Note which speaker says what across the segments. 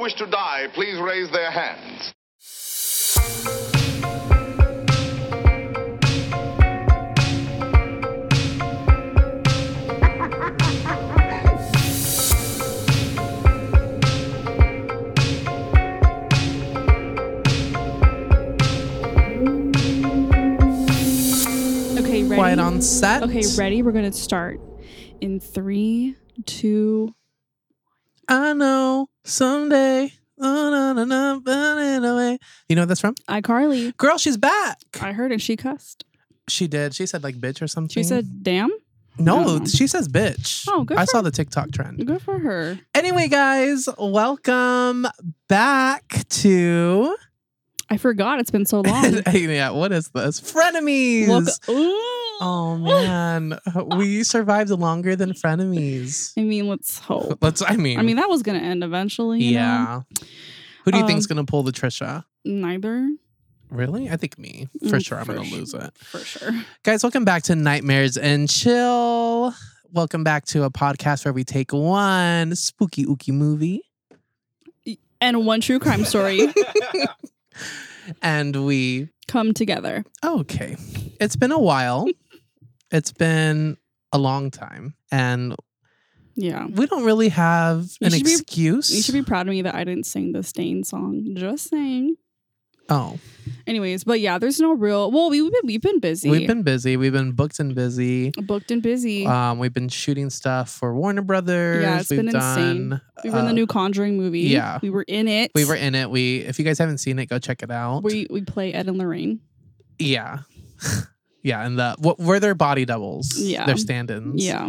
Speaker 1: wish to die, please raise their hands.
Speaker 2: Okay, ready?
Speaker 3: Quiet on set.
Speaker 2: Okay, ready? We're gonna start in three, two.
Speaker 3: I know someday. Oh, na, na, na, burn it away. You know what that's from?
Speaker 2: iCarly.
Speaker 3: Girl, she's back.
Speaker 2: I heard and she cussed.
Speaker 3: She did. She said like bitch or something.
Speaker 2: She said, "Damn."
Speaker 3: no.
Speaker 2: Oh.
Speaker 3: She says bitch.
Speaker 2: Oh, good
Speaker 3: I
Speaker 2: for-
Speaker 3: saw the TikTok trend.
Speaker 2: Good for her.
Speaker 3: Anyway, guys, welcome back to
Speaker 2: I forgot it's been so long.
Speaker 3: yeah. What is this? Frenemies.
Speaker 2: Look, ooh.
Speaker 3: Oh man, we survived longer than frenemies.
Speaker 2: I mean, let's hope.
Speaker 3: Let's. I mean.
Speaker 2: I mean, that was gonna end eventually. you know?
Speaker 3: yeah. Who do you
Speaker 2: Um,
Speaker 3: think's gonna pull the Trisha?
Speaker 2: Neither.
Speaker 3: Really? I think me. For
Speaker 2: Mm,
Speaker 3: sure, I'm
Speaker 2: for
Speaker 3: gonna
Speaker 2: sure.
Speaker 3: lose it.
Speaker 2: For sure.
Speaker 3: Guys, welcome back to Nightmares and Chill. Welcome back to a podcast where we take one spooky ooky movie
Speaker 2: And one true crime story
Speaker 3: and we
Speaker 2: come together.
Speaker 3: okay. It's been a while. it's been a long time. And
Speaker 2: Yeah.
Speaker 3: we don't really have
Speaker 2: You
Speaker 3: an
Speaker 2: should be-
Speaker 3: excuse.
Speaker 2: You should be proud of me that I didn't sing the Stain song. Just saying.
Speaker 3: oh.
Speaker 2: Anyways, but yeah, there's no real. Well, we, we've been we've been busy.
Speaker 3: We've been busy. We've been booked and busy.
Speaker 2: booked and busy.
Speaker 3: Um, we've been shooting stuff for Warner Brothers.
Speaker 2: Yeah, it's
Speaker 3: we've
Speaker 2: been insane.
Speaker 3: done,
Speaker 2: we were in
Speaker 3: uh,
Speaker 2: the new Conjuring movie.
Speaker 3: yeah.
Speaker 2: we were in it.
Speaker 3: We were in it. We if you guys haven't seen it, go check it out.
Speaker 2: We we play Ed and Lorraine.
Speaker 3: Yeah. yeah. And the what were their body doubles?
Speaker 2: Yeah.
Speaker 3: Their stand ins.
Speaker 2: Yeah,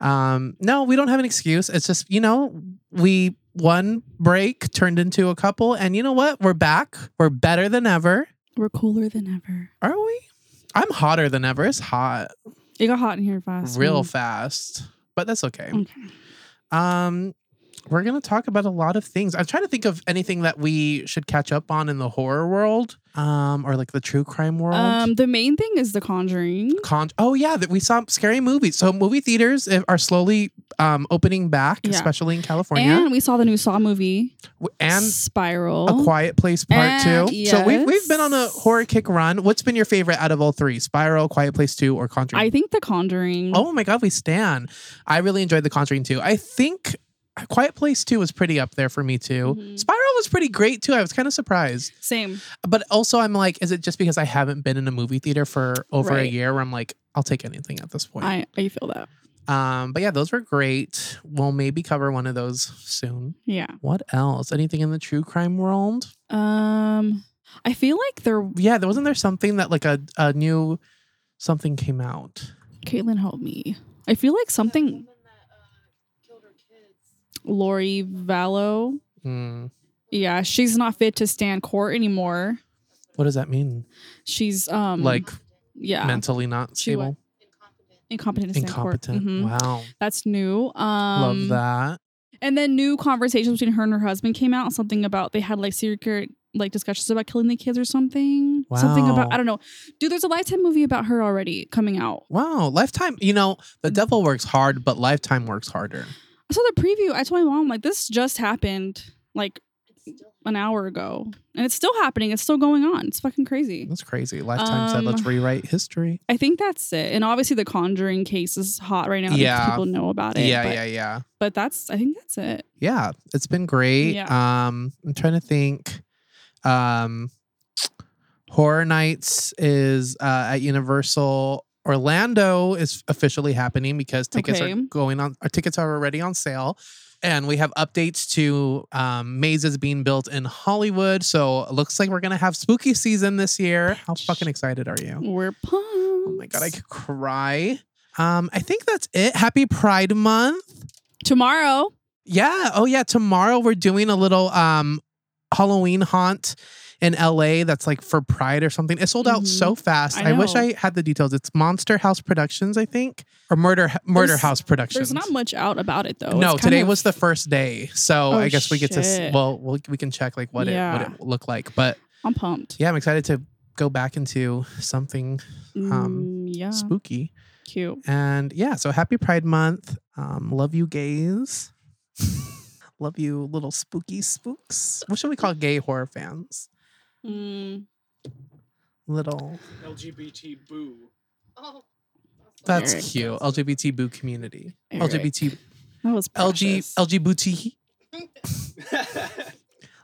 Speaker 3: Um, no, we don't have an excuse. It's just, you know, we one break turned into a couple, and you know what? We're back. We're better than ever.
Speaker 2: we're cooler than ever.
Speaker 3: Are we? I'm hotter than ever. It's hot
Speaker 2: It got hot in here fast.
Speaker 3: real
Speaker 2: Mm.
Speaker 3: fast. But that's okay.
Speaker 2: Okay.
Speaker 3: Um we're gonna talk about a lot of things. I'm trying to think of anything that we should catch up on in the horror world. Um, or like the true crime world.
Speaker 2: Um, the main thing is The Conjuring.
Speaker 3: Con- oh yeah, that we saw scary movies. So movie theaters i- are slowly um, opening back,
Speaker 2: Yeah.
Speaker 3: especially in California.
Speaker 2: And we saw the new Saw movie
Speaker 3: W- Oh, And,
Speaker 2: Spiral.
Speaker 3: A Quiet Place Part
Speaker 2: And-
Speaker 3: Two. So we've we've been on a
Speaker 2: yes.
Speaker 3: horror kick run. What's been your favorite out of all three? Spiral, Quiet Place Two, or Conjuring?
Speaker 2: I think The Conjuring.
Speaker 3: oh my god, we stan. I really enjoyed the Conjuring too. I think Quiet Place Two was pretty up there for me too.
Speaker 2: Mhm.
Speaker 3: Spiral was pretty great too. I was kind of surprised,
Speaker 2: same.
Speaker 3: but also I'm like, is it just because I haven't been in a movie theater for over a
Speaker 2: Right.
Speaker 3: year? Where I'm like, I'll take anything at this point.
Speaker 2: I I feel that.
Speaker 3: Um, but yeah, those were great. We'll maybe cover one of those soon.
Speaker 2: Yeah.
Speaker 3: What else? Anything in the true crime world?
Speaker 2: Um, I feel like they're
Speaker 3: Yeah, there wasn't there something that like a, a new something came out.
Speaker 2: Caitlin, help me. I feel like something. Lori Vallow.
Speaker 3: Hmm.
Speaker 2: Yeah, she's not fit to stand court anymore.
Speaker 3: What does that mean?
Speaker 2: She's um
Speaker 3: like
Speaker 2: yeah
Speaker 3: mentally not
Speaker 2: She wa-
Speaker 3: stable,
Speaker 2: incompetent to stand
Speaker 3: incompetent.
Speaker 2: court. Mhm.
Speaker 3: Wow,
Speaker 2: That's new. Um,
Speaker 3: love that.
Speaker 2: And then new conversations between her and her husband came out. Something about they had like secret like discussions about killing the kids or something. Something about
Speaker 3: Wow.
Speaker 2: I don't know. Dude, there's a Lifetime movie about her already coming out.
Speaker 3: Wow, Lifetime. You know, the
Speaker 2: mm-hmm.
Speaker 3: devil works hard, but Lifetime works harder.
Speaker 2: I saw the preview. I told my mom, like, this just happened like an hour ago. And it's still happening. It's still going on. It's fucking crazy.
Speaker 3: That's crazy. Lifetime said,
Speaker 2: Um,
Speaker 3: "Let's rewrite history."
Speaker 2: I think that's it. And obviously the conjuring case is hot right now. because
Speaker 3: Yeah.
Speaker 2: People know about it.
Speaker 3: Yeah,
Speaker 2: but,
Speaker 3: yeah, yeah.
Speaker 2: But that's I think that's it.
Speaker 3: yeah, it's been great. Um, I'm trying to think. Um, Horror Nights is uh, at Universal. Orlando is officially happening because tickets are
Speaker 2: Okay.
Speaker 3: going on. Our tickets are already on sale, and we have updates to um, mazes being built in Hollywood. So it looks like we're gonna have spooky season this year. How
Speaker 2: Bitch.
Speaker 3: fucking excited are you?
Speaker 2: We're pumped.
Speaker 3: Oh my god, I could cry. Um, I think that's it. Happy Pride Month.
Speaker 2: Tomorrow.
Speaker 3: Yeah. Oh yeah. Tomorrow we're doing a little um Halloween haunt in LA that's like for Pride or something. It sold out
Speaker 2: Mhm.
Speaker 3: so fast. I,
Speaker 2: I
Speaker 3: wish
Speaker 2: know.
Speaker 3: I had the details. It's Monster House Productions, I think. Or Murder Murder
Speaker 2: There's-
Speaker 3: House Productions.
Speaker 2: There's not much out about it though.
Speaker 3: no,
Speaker 2: It's kind
Speaker 3: today
Speaker 2: of-
Speaker 3: was the first day. So
Speaker 2: Oh,
Speaker 3: I guess we get to s-
Speaker 2: shit.
Speaker 3: well, we'll we can check like what it
Speaker 2: Yeah.
Speaker 3: what it looked like. But
Speaker 2: I'm pumped.
Speaker 3: yeah, I'm excited to go back into something um,
Speaker 2: Mm, yeah.
Speaker 3: spooky.
Speaker 2: Cute.
Speaker 3: And yeah, so happy Pride Month. Um, love you gays. Love you, little spooky spooks. What should we call gay horror fans?
Speaker 2: Mm,
Speaker 3: Little.
Speaker 4: LGBT boo.
Speaker 5: Oh,
Speaker 3: That's
Speaker 2: Alright.
Speaker 3: cute. LGBT boo community.
Speaker 2: Alright.
Speaker 3: LGBT
Speaker 2: that was precious.
Speaker 3: LG LGBT.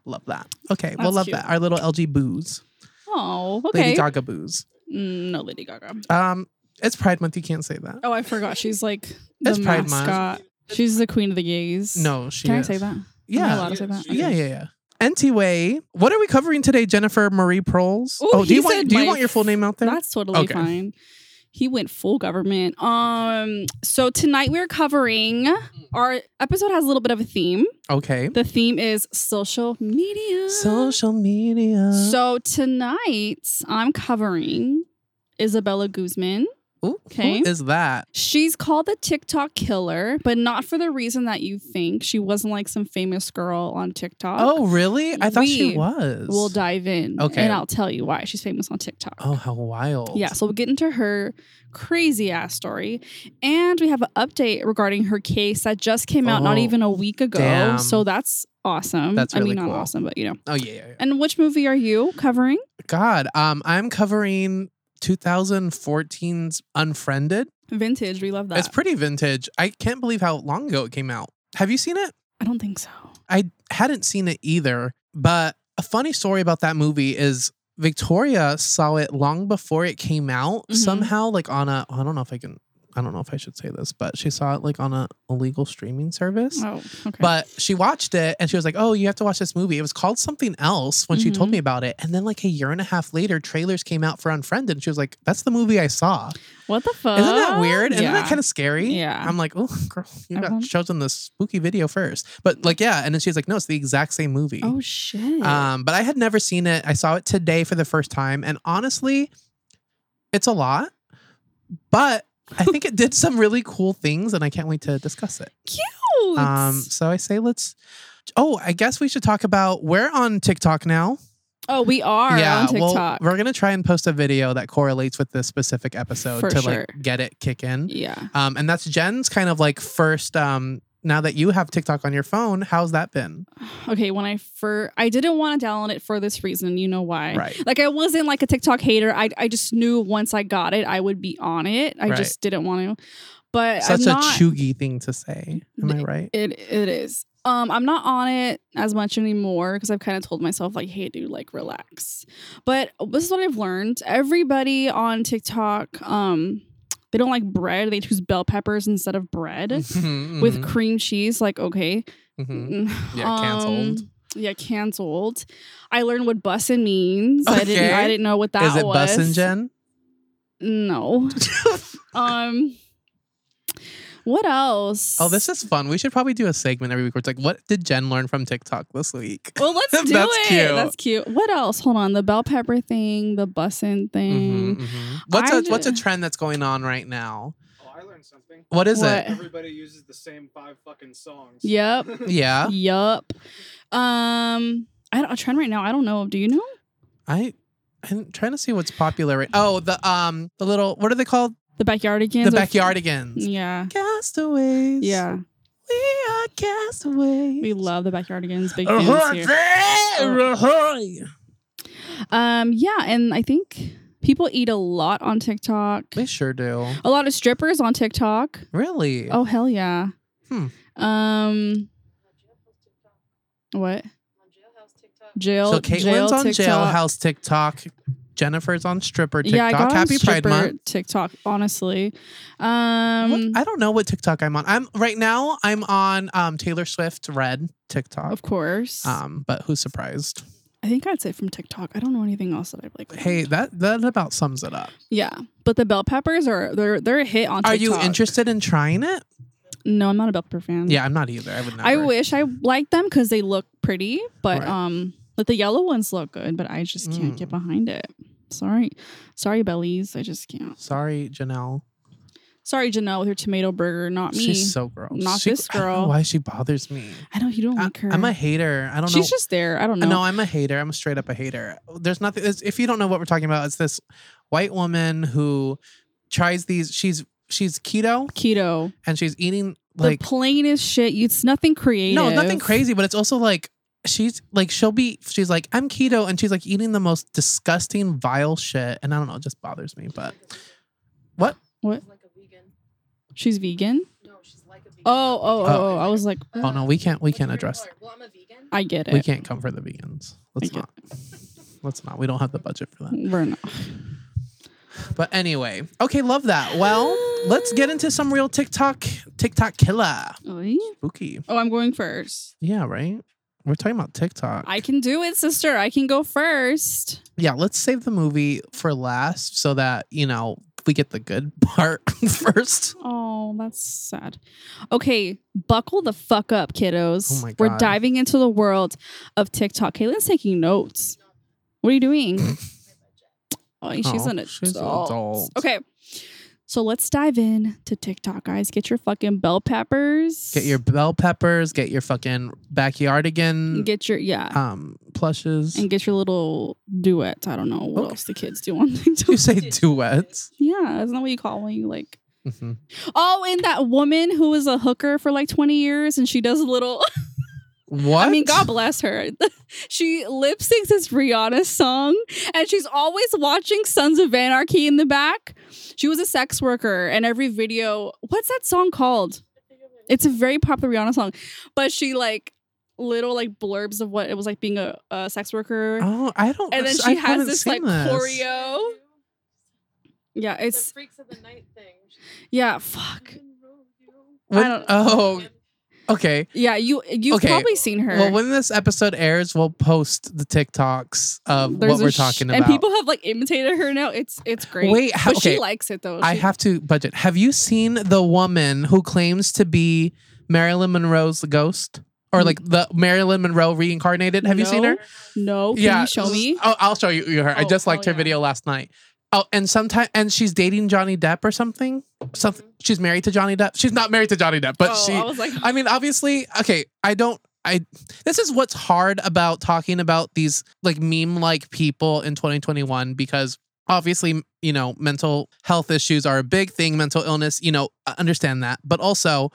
Speaker 3: Love that. Okay, we'll
Speaker 2: That's
Speaker 3: love
Speaker 2: cute.
Speaker 3: that. Our little LG boos.
Speaker 2: Oh,
Speaker 3: Lady
Speaker 2: okay.
Speaker 3: Gaga boos.
Speaker 2: Mm, no, Lady Gaga.
Speaker 3: Um, it's Pride Month. You can't say that.
Speaker 2: Oh, I forgot. She's like the
Speaker 3: That's Pride Month.
Speaker 2: mascot. She's the queen of the gays.
Speaker 3: No, she.
Speaker 2: Can I
Speaker 3: is.
Speaker 2: say that? Am I
Speaker 3: Yeah.
Speaker 2: allowed to say that?
Speaker 4: She
Speaker 3: Yeah, yeah, yeah. Anyway, what are we covering today, Jennifer Marie Proles?
Speaker 2: Ooh,
Speaker 3: oh, do
Speaker 2: he
Speaker 3: you want
Speaker 2: said
Speaker 3: do you
Speaker 2: my-
Speaker 3: want your full name out there?
Speaker 2: That's totally
Speaker 3: Okay.
Speaker 2: fine. He went full government. Um, so tonight we're covering our episode has a little bit of a theme.
Speaker 3: Okay.
Speaker 2: The theme is social media.
Speaker 3: Social media.
Speaker 2: So tonight I'm covering Isabella Guzman.
Speaker 3: Ooh,
Speaker 2: Okay.
Speaker 3: Who is that?
Speaker 2: She's called the TikTok killer, but not for the reason that you think. She wasn't like some famous girl on TikTok.
Speaker 3: Oh, really? I thought she
Speaker 2: We
Speaker 3: was.
Speaker 2: We'll dive in.
Speaker 3: Okay.
Speaker 2: And I'll tell you why she's famous on TikTok.
Speaker 3: Oh, how wild.
Speaker 2: Yeah, so we'll get into her crazy ass story. And we have an update regarding her case that just came out not
Speaker 3: Oh,
Speaker 2: even a week ago.
Speaker 3: damn.
Speaker 2: So that's awesome.
Speaker 3: That's
Speaker 2: I
Speaker 3: really
Speaker 2: mean, not
Speaker 3: cool.
Speaker 2: awesome, but you know.
Speaker 3: Oh yeah, yeah, yeah.
Speaker 2: And which movie are you covering?
Speaker 3: God, um, I'm covering 2014's Unfriended.
Speaker 2: Vintage. We love that.
Speaker 3: It's pretty vintage. I can't believe how long ago it came out. Have you seen it?
Speaker 2: I don't think so.
Speaker 3: I hadn't seen it either, but a funny story about that movie is Victoria saw it long before it came out
Speaker 2: Mhm.
Speaker 3: somehow, like on a I don't know if I can I don't know if I should say this, but she saw it like on a illegal streaming service.
Speaker 2: Oh, okay.
Speaker 3: But she watched it and she was like, "Oh, you have to watch this movie." It was called something else when she told
Speaker 2: Mhm.
Speaker 3: me about it, and then like a year and a half later, trailers came out for Unfriended. And she was like, "That's the movie I saw."
Speaker 2: what the fuck?
Speaker 3: Isn't that weird? Isn't
Speaker 2: Uh, yeah.
Speaker 3: that kind of scary?
Speaker 2: Yeah. Uh-huh.
Speaker 3: I'm like, "Oh, girl, you
Speaker 2: I
Speaker 3: got
Speaker 2: won't-
Speaker 3: chosen the spooky video first. But like, yeah. And then she's like, "No, it's the exact same movie."
Speaker 2: Oh shit.
Speaker 3: Um, but I had never seen it. I saw it today for the first time, and honestly, it's a lot. But I think it did some really cool things, and I can't wait to discuss it.
Speaker 2: Cute.
Speaker 3: Um, so I say let's. Oh, I guess we should talk about we're on TikTok now.
Speaker 2: oh, we are on TikTok.
Speaker 3: we're gonna try and post a video that correlates with this specific episode
Speaker 2: For
Speaker 3: to
Speaker 2: sure.
Speaker 3: like get it kick in.
Speaker 2: yeah.
Speaker 3: Um, and that's Jen's kind of like first. Um, now that you have TikTok on your phone, how's that been?
Speaker 2: Okay, when I fir- I didn't want to download it for this reason. You know why?
Speaker 3: Right.
Speaker 2: Like I wasn't like a TikTok hater. I I just knew once I got it, I would be on it. I
Speaker 3: Right.
Speaker 2: just didn't want to. But
Speaker 3: Such
Speaker 2: I'm
Speaker 3: a
Speaker 2: not,
Speaker 3: choogy thing to say. Am I right?
Speaker 2: It it is. Um, I'm not on it as much anymore because I've kind of told myself like, "Hey, dude, like relax." But this is what I've learned: everybody on TikTok, um, they don't like bread. They choose bell peppers instead of bread with cream cheese. Like, okay, yeah,
Speaker 3: Mhm. Mm-hmm. Yeah, canceled.
Speaker 2: yeah, canceled. I learned what bussin means. I
Speaker 3: Okay.
Speaker 2: didn't. I didn't know what that
Speaker 3: Is it
Speaker 2: was.
Speaker 3: Bus and Jen?
Speaker 2: No. um. What else?
Speaker 3: Oh, this is fun. We should probably do a segment every week where it's like, what did Jen learn from TikTok this week?
Speaker 2: Well, let's do
Speaker 3: That's
Speaker 2: it.
Speaker 3: cute.
Speaker 2: That's cute. What else? Hold on. The bell pepper thing. The bussin thing.
Speaker 3: Mhm, mhm. What's
Speaker 2: mm-hmm. I
Speaker 3: a what's a
Speaker 2: ju-
Speaker 3: trend that's going on right now?
Speaker 4: Oh, I learned something.
Speaker 3: What is
Speaker 2: What?
Speaker 4: Everybody uses the same five fucking songs.
Speaker 2: Yep.
Speaker 3: it? Yeah,
Speaker 2: Yup. Um. I don't, a trend right now. I don't know. Do you know?
Speaker 3: I I'm trying to see what's popular. Right- oh, the um the little what are they called?
Speaker 2: The backyardigans.
Speaker 3: The
Speaker 2: or-
Speaker 3: backyardigans.
Speaker 2: Yeah.
Speaker 3: Castaways.
Speaker 2: Mm. Yeah.
Speaker 3: we are castaways.
Speaker 2: We love the backyardigans. Big fans
Speaker 5: Uh-huh,
Speaker 2: here.
Speaker 3: there.
Speaker 2: Oh.
Speaker 3: ahoy.
Speaker 2: Um, yeah, and I think people eat a lot on TikTok.
Speaker 3: They sure do.
Speaker 2: A lot of strippers on TikTok.
Speaker 3: Really?
Speaker 2: Oh hell yeah.
Speaker 3: Hmm.
Speaker 2: Um,
Speaker 5: jailhouse TikTok.
Speaker 2: what
Speaker 5: My jailhouse TikTok.
Speaker 2: jail?
Speaker 3: So Caitlin's
Speaker 2: jail
Speaker 3: on
Speaker 2: TikTok.
Speaker 3: Jailhouse TikTok. Jennifer's on stripper TikTok.
Speaker 2: Yeah, I got on
Speaker 3: Happy Pride
Speaker 2: stripper
Speaker 3: Month.
Speaker 2: TikTok. Honestly,
Speaker 3: What-
Speaker 2: um,
Speaker 3: I don't know what TikTok I'm on. I'm right now. I'm on um, Taylor Swift Red TikTok.
Speaker 2: of course.
Speaker 3: Um, but who's surprised?
Speaker 2: I think I'd say from TikTok. I don't know anything else that I like.
Speaker 3: Hey, that that about sums it up.
Speaker 2: yeah, but the bell peppers are they're they're a hit on.
Speaker 3: Are
Speaker 2: TikTok.
Speaker 3: you interested in trying it?
Speaker 2: No, I'm not a bell pepper fan.
Speaker 3: Yeah, I'm not either. I would never.
Speaker 2: I wish I liked them because they look pretty, but
Speaker 3: Right.
Speaker 2: um, like the yellow ones look good, but I just can't get
Speaker 3: Mm.
Speaker 2: behind it. Sorry, sorry, bellies. I just can't.
Speaker 3: Sorry, Janelle.
Speaker 2: Sorry, Janelle with her tomato burger, not me.
Speaker 3: She's so gross.
Speaker 2: Not
Speaker 3: She-
Speaker 2: this
Speaker 3: I don't know
Speaker 2: girl.
Speaker 3: why she bothers me?
Speaker 2: I know you don't like her.
Speaker 3: I, am a hater. I don't know.
Speaker 2: She's just there. I don't know.
Speaker 3: No, I'm a hater. I'm a straight up a hater. There's nothing. It's, if you don't know what we're talking about, it's this white woman who tries these. She's she's keto
Speaker 2: Keto.
Speaker 3: and she's eating like
Speaker 2: the plainest shit. You- It's nothing creative.
Speaker 3: no, nothing crazy, but it's also like she's like she'll be she's like I'm keto and she's like eating the most disgusting vile shit and I don't know, it just bothers me, but what?
Speaker 2: What?
Speaker 5: She's like a vegan.
Speaker 2: She's vegan.
Speaker 5: No, she's like a vegan.
Speaker 2: Oh, oh,
Speaker 3: Uh,
Speaker 2: oh! I was like,
Speaker 3: Oh no, we can't we can't
Speaker 5: What's your
Speaker 3: address
Speaker 5: color? Well, I'm a vegan.
Speaker 2: I get it.
Speaker 3: we can't come for the vegans. Let's
Speaker 2: I get
Speaker 3: not. Let's not. We don't have the budget for that.
Speaker 2: We're not.
Speaker 3: But anyway, okay, love that. Well, let's get into some real TikTok TikTok killer. Spooky.
Speaker 2: Oh, I'm going first.
Speaker 3: Yeah, right. We're talking about TikTok.
Speaker 2: I can do it, sister. I can go first.
Speaker 3: yeah, let's save the movie for last so that, you know, we get the good part first.
Speaker 2: Oh, that's sad. Okay, buckle the fuck up, kiddos.
Speaker 3: Oh my
Speaker 2: We're
Speaker 3: God.
Speaker 2: diving into the world of TikTok. Kaylin's taking notes. What are you doing? oh, she's
Speaker 3: Oh,
Speaker 2: an adult.
Speaker 3: she's an adult.
Speaker 2: Okay. So let's dive in to TikTok, guys. Get your fucking bell peppers.
Speaker 3: Get your bell peppers, get your fucking backyard again
Speaker 2: get your yeah.
Speaker 3: um plushes.
Speaker 2: and get your little duets. I don't know what
Speaker 3: Okay.
Speaker 2: else the kids do on TikTok.
Speaker 3: you say duets.
Speaker 2: yeah, isn't that what you call when you like
Speaker 3: Mhm.
Speaker 2: Oh, and that woman who was a hooker for like 20 years and she does a little
Speaker 3: What?
Speaker 2: I mean, God bless her. she lip syncs this Rihanna song and she's always watching Sons of Anarchy in the back. She was a sex worker and every video, what's that song called? It's a very popular Rihanna song. But she like little like blurbs of what it was like being a, a sex worker.
Speaker 3: Oh, I don't.
Speaker 2: and then
Speaker 3: I
Speaker 2: she has
Speaker 3: haven't
Speaker 2: this like
Speaker 3: seen this.
Speaker 2: choreo. Yeah,
Speaker 5: It's the
Speaker 2: it's
Speaker 5: freaks of the night thing.
Speaker 2: yeah, fuck.
Speaker 3: When-
Speaker 2: I don't-
Speaker 3: Oh, okay.
Speaker 2: Yeah, you you've
Speaker 3: Okay,
Speaker 2: probably seen her.
Speaker 3: Well, when this episode airs, we'll post the TikToks of
Speaker 2: There's
Speaker 3: uh, what
Speaker 2: a
Speaker 3: we're
Speaker 2: sh-
Speaker 3: talking about.
Speaker 2: And people have like imitated her now. It's it's great.
Speaker 3: Wait, how,
Speaker 2: but
Speaker 3: okay.
Speaker 2: she likes it though.
Speaker 3: I
Speaker 2: She-
Speaker 3: have to budget. Have you seen the woman who claims to be Marilyn Monroe's ghost,
Speaker 2: Mm.
Speaker 3: or like the Marilyn Monroe reincarnated? Have you seen
Speaker 2: No.
Speaker 3: her?
Speaker 2: no. Can you show
Speaker 3: s-
Speaker 2: me?
Speaker 3: Oh, I'll show you you her. I
Speaker 2: Oh,
Speaker 3: just liked
Speaker 2: hell
Speaker 3: her
Speaker 2: yeah.
Speaker 3: video last night. Oh, and sometimes, and she's dating Johnny Depp or something. Something. She's married to Johnny Depp. She's not married to Johnny Depp, but
Speaker 2: oh,
Speaker 3: she.
Speaker 2: I was like,
Speaker 3: I mean, obviously, okay, I don't I this is what's hard about talking about these like meme like people in 2021 because obviously, you know, mental health issues are a big thing, mental illness, you know, I understand that. But also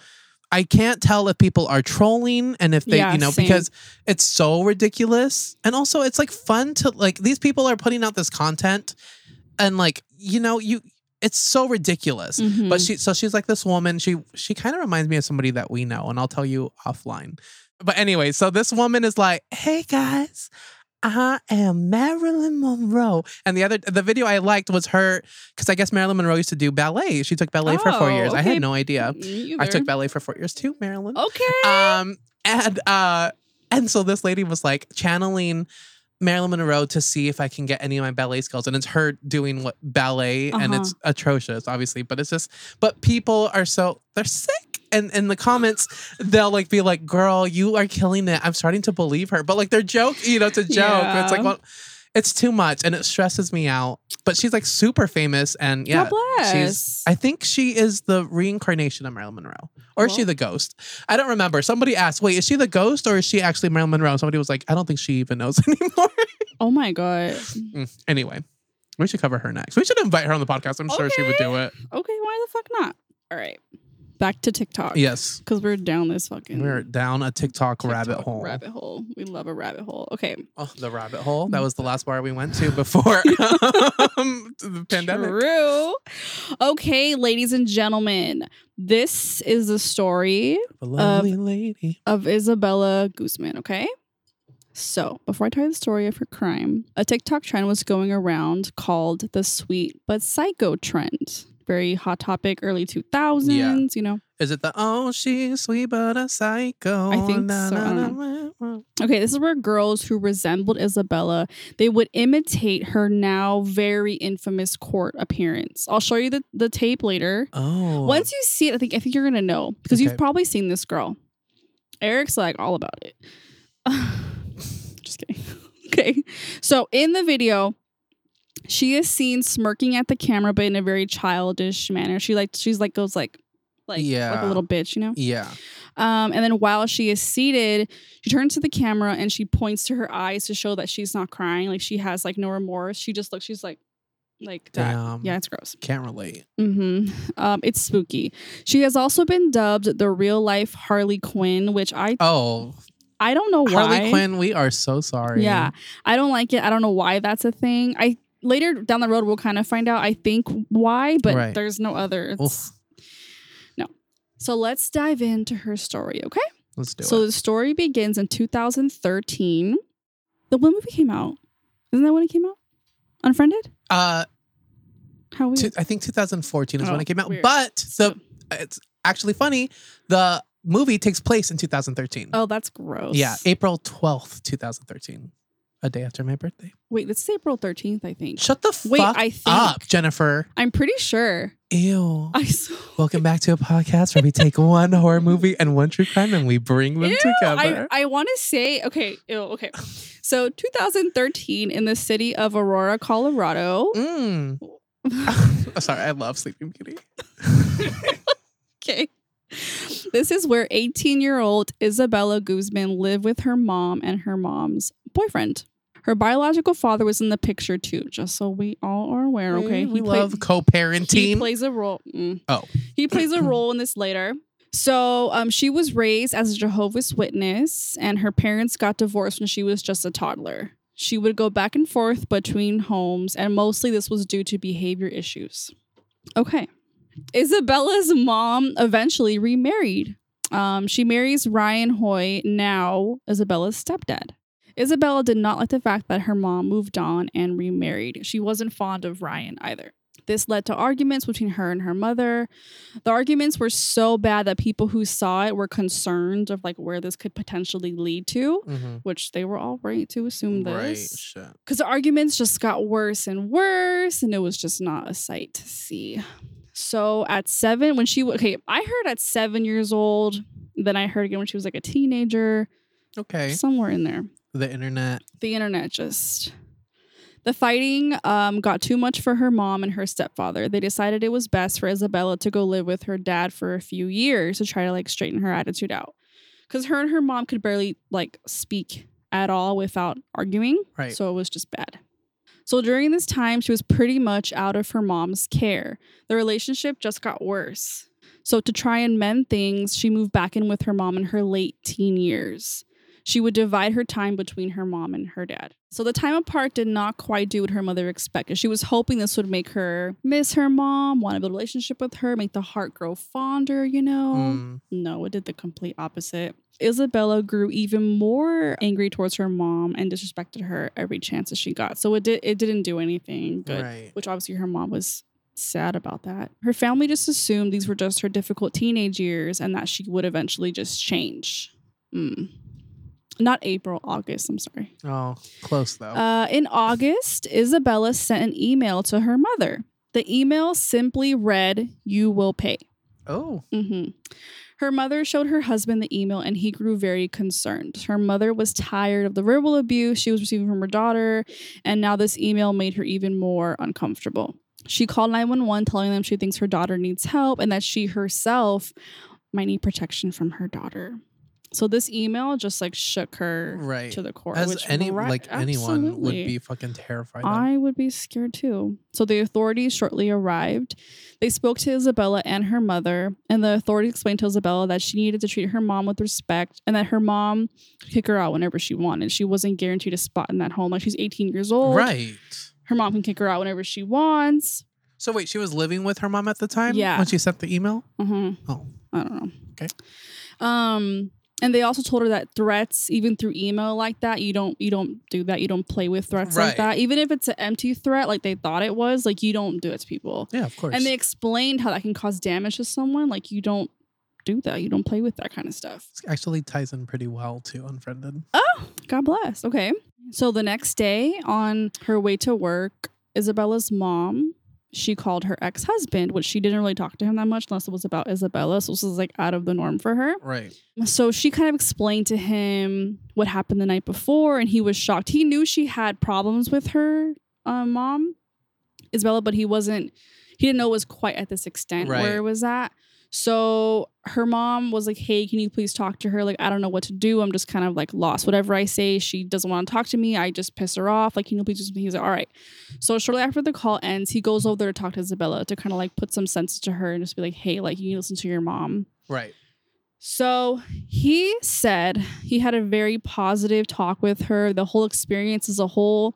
Speaker 3: I can't tell if people are trolling and if they,
Speaker 2: Yeah,
Speaker 3: you know,
Speaker 2: same.
Speaker 3: because it's so ridiculous. And also it's like fun to like these people are putting out this content and like, you know, you it's so ridiculous.
Speaker 2: mhm.
Speaker 3: But she so she's like this woman. She she kind of reminds me of somebody that we know, and I'll tell you offline. But anyway, so this woman is like, "Hey guys, I am Marilyn Monroe." And the other the video I liked was her because I guess Marilyn Monroe used to do ballet. She took ballet for four
Speaker 2: Oh,
Speaker 3: years. I
Speaker 2: okay.
Speaker 3: had no idea.
Speaker 2: Me
Speaker 3: I took
Speaker 2: either.
Speaker 3: ballet for four years too, Marilyn.
Speaker 2: Okay.
Speaker 3: Um and uh and so this lady was like channeling. Marilyn Monroe to see if I can get any of my ballet skills. And it's her doing what ballet and
Speaker 2: Uh-huh.
Speaker 3: it's atrocious, obviously. But it's just but people are so they're sick. And in the comments, they'll like be like, girl, you are killing it. I'm starting to believe her. But like they're joke, you know, to joke. It's like
Speaker 2: Yeah.
Speaker 3: well, it's too much and it stresses me out. But she's like super famous and yeah.
Speaker 2: God bless.
Speaker 3: She's, I think she is the reincarnation of Marilyn Monroe, or is she
Speaker 2: Well-
Speaker 3: the ghost? I don't remember. Somebody asked, "Wait, is she the ghost or is she actually Marilyn Monroe?" Somebody was like, "I don't think she even knows anymore."
Speaker 2: oh my god.
Speaker 3: Mm, anyway, we should cover her next. We should invite her on the podcast. I'm sure she would do it.
Speaker 2: Okay, why the fuck not? All right, back to TikTok.
Speaker 3: Yes,
Speaker 2: because we're down this fucking
Speaker 3: we're down a TikTok,
Speaker 2: TikTok
Speaker 3: rabbit hole.
Speaker 2: Rabbit hole. We love a rabbit hole. Okay,
Speaker 3: Oh, the rabbit hole.
Speaker 2: Mm.
Speaker 3: That was the last bar we went to before um, the pandemic.
Speaker 2: true. Okay, ladies and gentlemen, this is the story
Speaker 3: The lovely
Speaker 2: Um,
Speaker 3: lady.
Speaker 2: of Isabella Guzman, okay? So, before I tell you the story of her crime, a TikTok trend was going around called the sweet but psycho trend. Very hot topic, early 2000s, you know?
Speaker 3: Is it the oh she's sweet but a psycho?
Speaker 2: I think so. I Okay, this is where girls who resembled Isabella, they would imitate her now very infamous court appearance. I'll show you the, the tape later.
Speaker 3: Oh,
Speaker 2: Once you see it, I think I think you're gonna know because
Speaker 3: Okay.
Speaker 2: you've probably seen this girl. Eric's like all about it. Just kidding. okay, so in the video, she is seen smirking at the camera, but in a very childish manner. She like she's like goes like like like
Speaker 3: Yeah.
Speaker 2: a little bitch, you know.
Speaker 3: Oh, Yeah.
Speaker 2: Um, and then while she is seated, she turns to the camera and she points to her eyes to show that she's not crying. Like she has like no remorse. She just looks. She's like like that.
Speaker 3: Damn.
Speaker 2: Yeah, it's gross.
Speaker 3: Can't relate.
Speaker 2: hmm Um, it's spooky. She has also been dubbed the real life Harley Quinn, which I
Speaker 3: Oh,
Speaker 2: I don't know why.
Speaker 3: Harley Quinn, we are so sorry.
Speaker 2: Yeah, I don't like it. I don't know why that's a thing. I later down the road we'll kind of find out. I think why, but
Speaker 3: Right.
Speaker 2: there's no other. It's, no. So let's dive into her story, okay?
Speaker 3: Let's do
Speaker 2: so
Speaker 3: it.
Speaker 2: the story begins in 2013. The when movie came out? Isn't that when it came out? Unfriended?
Speaker 3: Uh,
Speaker 2: How weird.
Speaker 3: two, I think 2014 is
Speaker 2: Oh,
Speaker 3: when it came out,
Speaker 2: weird.
Speaker 3: but the
Speaker 2: So-
Speaker 3: it's actually funny. The movie takes place in 2013.
Speaker 2: oh, that's gross.
Speaker 3: yeah, April 12th, 2013, a day after my birthday.
Speaker 2: Wait, this is April 13th, I think.
Speaker 3: Shut the
Speaker 2: Wait,
Speaker 3: fuck
Speaker 2: I think-
Speaker 3: up, Jennifer.
Speaker 2: I'm pretty sure.
Speaker 3: Ew.
Speaker 2: I saw.
Speaker 3: Welcome back to a podcast where we take one horror movie and one true crime and we bring them
Speaker 2: Ew, I,
Speaker 3: together.
Speaker 2: I want to say, okay, ew, okay. So 2013 in the city of Aurora, Colorado.
Speaker 3: Mm. Sorry, I love Sleeping Beauty.
Speaker 2: Okay. This is where 18 year old Isabella Guzman lived with her mom and her mom's boyfriend. Her biological father was in the picture too, just so we all are aware, Oh, okay?
Speaker 3: we
Speaker 2: He played-
Speaker 3: love
Speaker 2: He
Speaker 3: co-parenting.
Speaker 2: plays a role. mm.
Speaker 3: Oh.
Speaker 2: He plays a role in this later. So um, she was raised as a Jehovah's Witness, and her parents got divorced when she was just a toddler. She would go back and forth between homes, and mostly this was due to behavior issues. Okay. Isabella's mom eventually remarried. Um, she marries Ryan Hoy, now Isabella's stepdad. Isabella did not like the fact that her mom moved on and remarried. She wasn't fond of Ryan either. This led to arguments between her and her mother. The arguments were so bad that people who saw it were concerned of like where this could potentially lead to,
Speaker 3: Mhm.
Speaker 2: which they were all right to assume
Speaker 3: Right.
Speaker 2: this.
Speaker 3: Shit.
Speaker 2: Because the arguments just got worse and worse, and it was just not a sight to see. So at seven, when she w- okay, I heard at seven years old. Then I heard again when she was like a teenager,
Speaker 3: Okay.
Speaker 2: somewhere in there
Speaker 3: The internet.
Speaker 2: the internet just the fighting um, got too much for her mom and her stepfather they decided it was best for isabella to go live with her dad for a few years to try to like straighten her attitude out because her and her mom could barely like speak at all without arguing
Speaker 3: Right.
Speaker 2: so it was just bad so during this time she was pretty much out of her mom's care the relationship just got worse so to try and mend things she moved back in with her mom in her late teen years she would divide her time between her mom and her dad. So the time apart did not quite do what her mother expected. She was hoping this would make her miss her mom, want to build a relationship with her, make the heart grow fonder, you know?
Speaker 3: Mm.
Speaker 2: No, it did the complete opposite. Isabella grew even more angry towards her mom and disrespected her every chance that she got. So it did it didn't do anything good
Speaker 3: Right.
Speaker 2: which obviously her mom was sad about that. Her family just assumed these were just her difficult teenage years and that she would eventually just change. Mm. Not April, August, I'm sorry.
Speaker 3: Oh, close though.
Speaker 2: Uh, in August, Isabella sent an email to her mother. The email simply read, You will pay.
Speaker 3: oh.
Speaker 2: hmm Her mother showed her husband the email and he grew very concerned. Her mother was tired of the verbal abuse she was receiving from her daughter, and now this email made her even more uncomfortable. She called 911 telling them she thinks her daughter needs help and that she herself might need protection from her daughter. So this email just like shook her
Speaker 3: Right.
Speaker 2: to the core.
Speaker 3: As
Speaker 2: which
Speaker 3: any
Speaker 2: ri-
Speaker 3: like anyone would
Speaker 2: absolutely.
Speaker 3: be fucking terrified. of.
Speaker 2: I would be scared too. So the authorities shortly arrived. They spoke to Isabella and her mother, and the authorities explained to Isabella that she needed to treat her mom with respect and that her mom could kick her out whenever she wanted. She wasn't guaranteed a spot in that home. Like she's 18 years old.
Speaker 3: Right.
Speaker 2: Her mom can kick her out whenever she wants.
Speaker 3: So wait, she was living with her mom at the time
Speaker 2: Yeah.
Speaker 3: when she sent the email?
Speaker 2: Uh-huh.
Speaker 3: Oh.
Speaker 2: I don't know.
Speaker 3: Okay.
Speaker 2: Um, and they also told her that threats, even through email like that, you don't you don't do that. You don't play with threats
Speaker 3: Right.
Speaker 2: like that. Even if it's an empty threat, like they thought it was, like you don't do it to people.
Speaker 3: Yeah, of course.
Speaker 2: And they explained how that can cause damage to someone. Like you don't do that. You don't play with that kind of stuff.
Speaker 3: This actually ties in pretty well to Unfriended.
Speaker 2: Oh, God bless. Okay. So the next day on her way to work, Isabella's mom, she called her ex-husband, which she didn't really talk to him that much unless it was about Isabella. So this was like out of the norm for her.
Speaker 3: Right.
Speaker 2: So she kind of explained to him what happened the night before, and he was shocked. He knew she had problems with her uh, mom, Isabella, but he wasn't, he didn't know it was quite at this extent
Speaker 3: Right.
Speaker 2: where it was at. So her mom was like, Hey, can you please talk to her? Like, I don't know what to do. I'm just kind of like lost. Whatever I say, she doesn't want to talk to me. I just piss her off. Like, can you please just he's like, All right. So shortly after the call ends, he goes over there to talk to Isabella to kind of like put some sense to her and just be like, Hey, like you need to listen to your mom.
Speaker 3: Right.
Speaker 2: So he said he had a very positive talk with her. The whole experience as a whole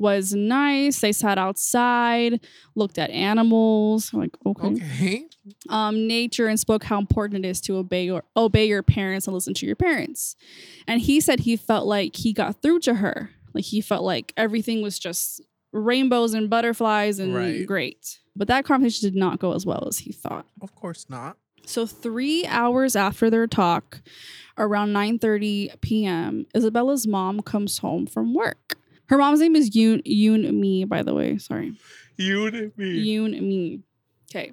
Speaker 2: was nice. They sat outside, looked at animals, I'm like okay,
Speaker 3: Okay.
Speaker 2: um, nature, and spoke how important it is to obey or obey your parents and listen to your parents. And he said he felt like he got through to her. Like he felt like everything was just rainbows and butterflies and
Speaker 3: Right.
Speaker 2: great. But that conversation did not go as well as he thought.
Speaker 3: Of course not.
Speaker 2: So three hours after their talk, around 9:30 p.m., Isabella's mom comes home from work. Her mom's name is Yoon Yoon Me, by the way. Sorry,
Speaker 3: You and me.
Speaker 2: Yoon Me. Okay.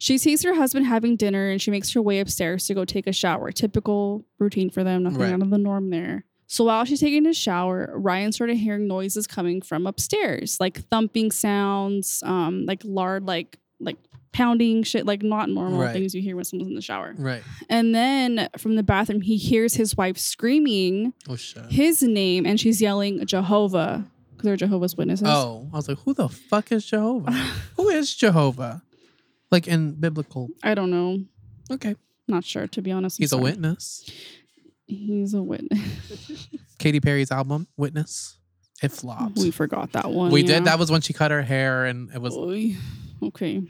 Speaker 2: She sees her husband having dinner and she makes her way upstairs to go take a shower. Typical routine for them, nothing
Speaker 3: Right.
Speaker 2: out of the norm there. So while she's taking a shower, Ryan started hearing noises coming from upstairs, like thumping sounds, um, like lard, like like pounding shit, like not normal
Speaker 3: Right.
Speaker 2: things you hear when someone's in the shower.
Speaker 3: Right.
Speaker 2: And then from the bathroom, he hears his wife screaming
Speaker 3: Oh shit.
Speaker 2: his name and she's yelling Jehovah because they're Jehovah's Witnesses.
Speaker 3: Oh, I was like, who the fuck is Jehovah? who is Jehovah? Like in biblical.
Speaker 2: I don't know.
Speaker 3: Okay.
Speaker 2: Not sure, to be honest. I'm
Speaker 3: He's a
Speaker 2: sorry.
Speaker 3: witness.
Speaker 2: He's a witness.
Speaker 3: Katy Perry's album, Witness. It flopped.
Speaker 2: we forgot that one.
Speaker 3: we
Speaker 2: yeah.
Speaker 3: did. That was when she cut her hair, and it was.
Speaker 2: Oy. Okay.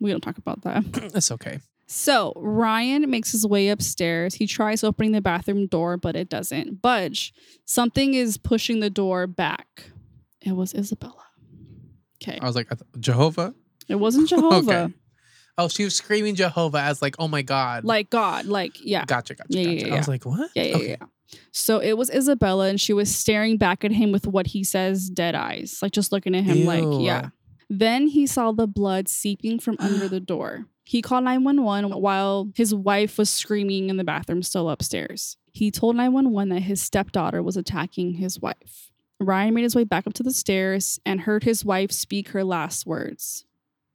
Speaker 2: We don't talk about that.
Speaker 3: It's okay.
Speaker 2: So Ryan makes his way upstairs. He tries opening the bathroom door, but it doesn't budge. Something is pushing the door back. It was Isabella. Okay.
Speaker 3: I was like, I th- Jehovah.
Speaker 2: It wasn't Jehovah.
Speaker 3: Oh. Okay. Oh, she was screaming Jehovah as like, oh my God.
Speaker 2: Like God. Like, yeah.
Speaker 3: gotcha, gotcha,
Speaker 2: Yeah,
Speaker 3: gotcha.
Speaker 2: yeah, yeah,
Speaker 3: I was like, what?
Speaker 2: Yeah, yeah,
Speaker 3: Okay.
Speaker 2: yeah, yeah. So it was Isabella, and she was staring back at him with what he says dead eyes, like just looking at him, like,
Speaker 3: Ew.
Speaker 2: yeah. Then he saw the blood seeping from under the door. He called 911 while his wife was screaming in the bathroom, still upstairs. He told 911 that his stepdaughter was attacking his wife. Ryan made his way back up to the stairs and heard his wife speak her last words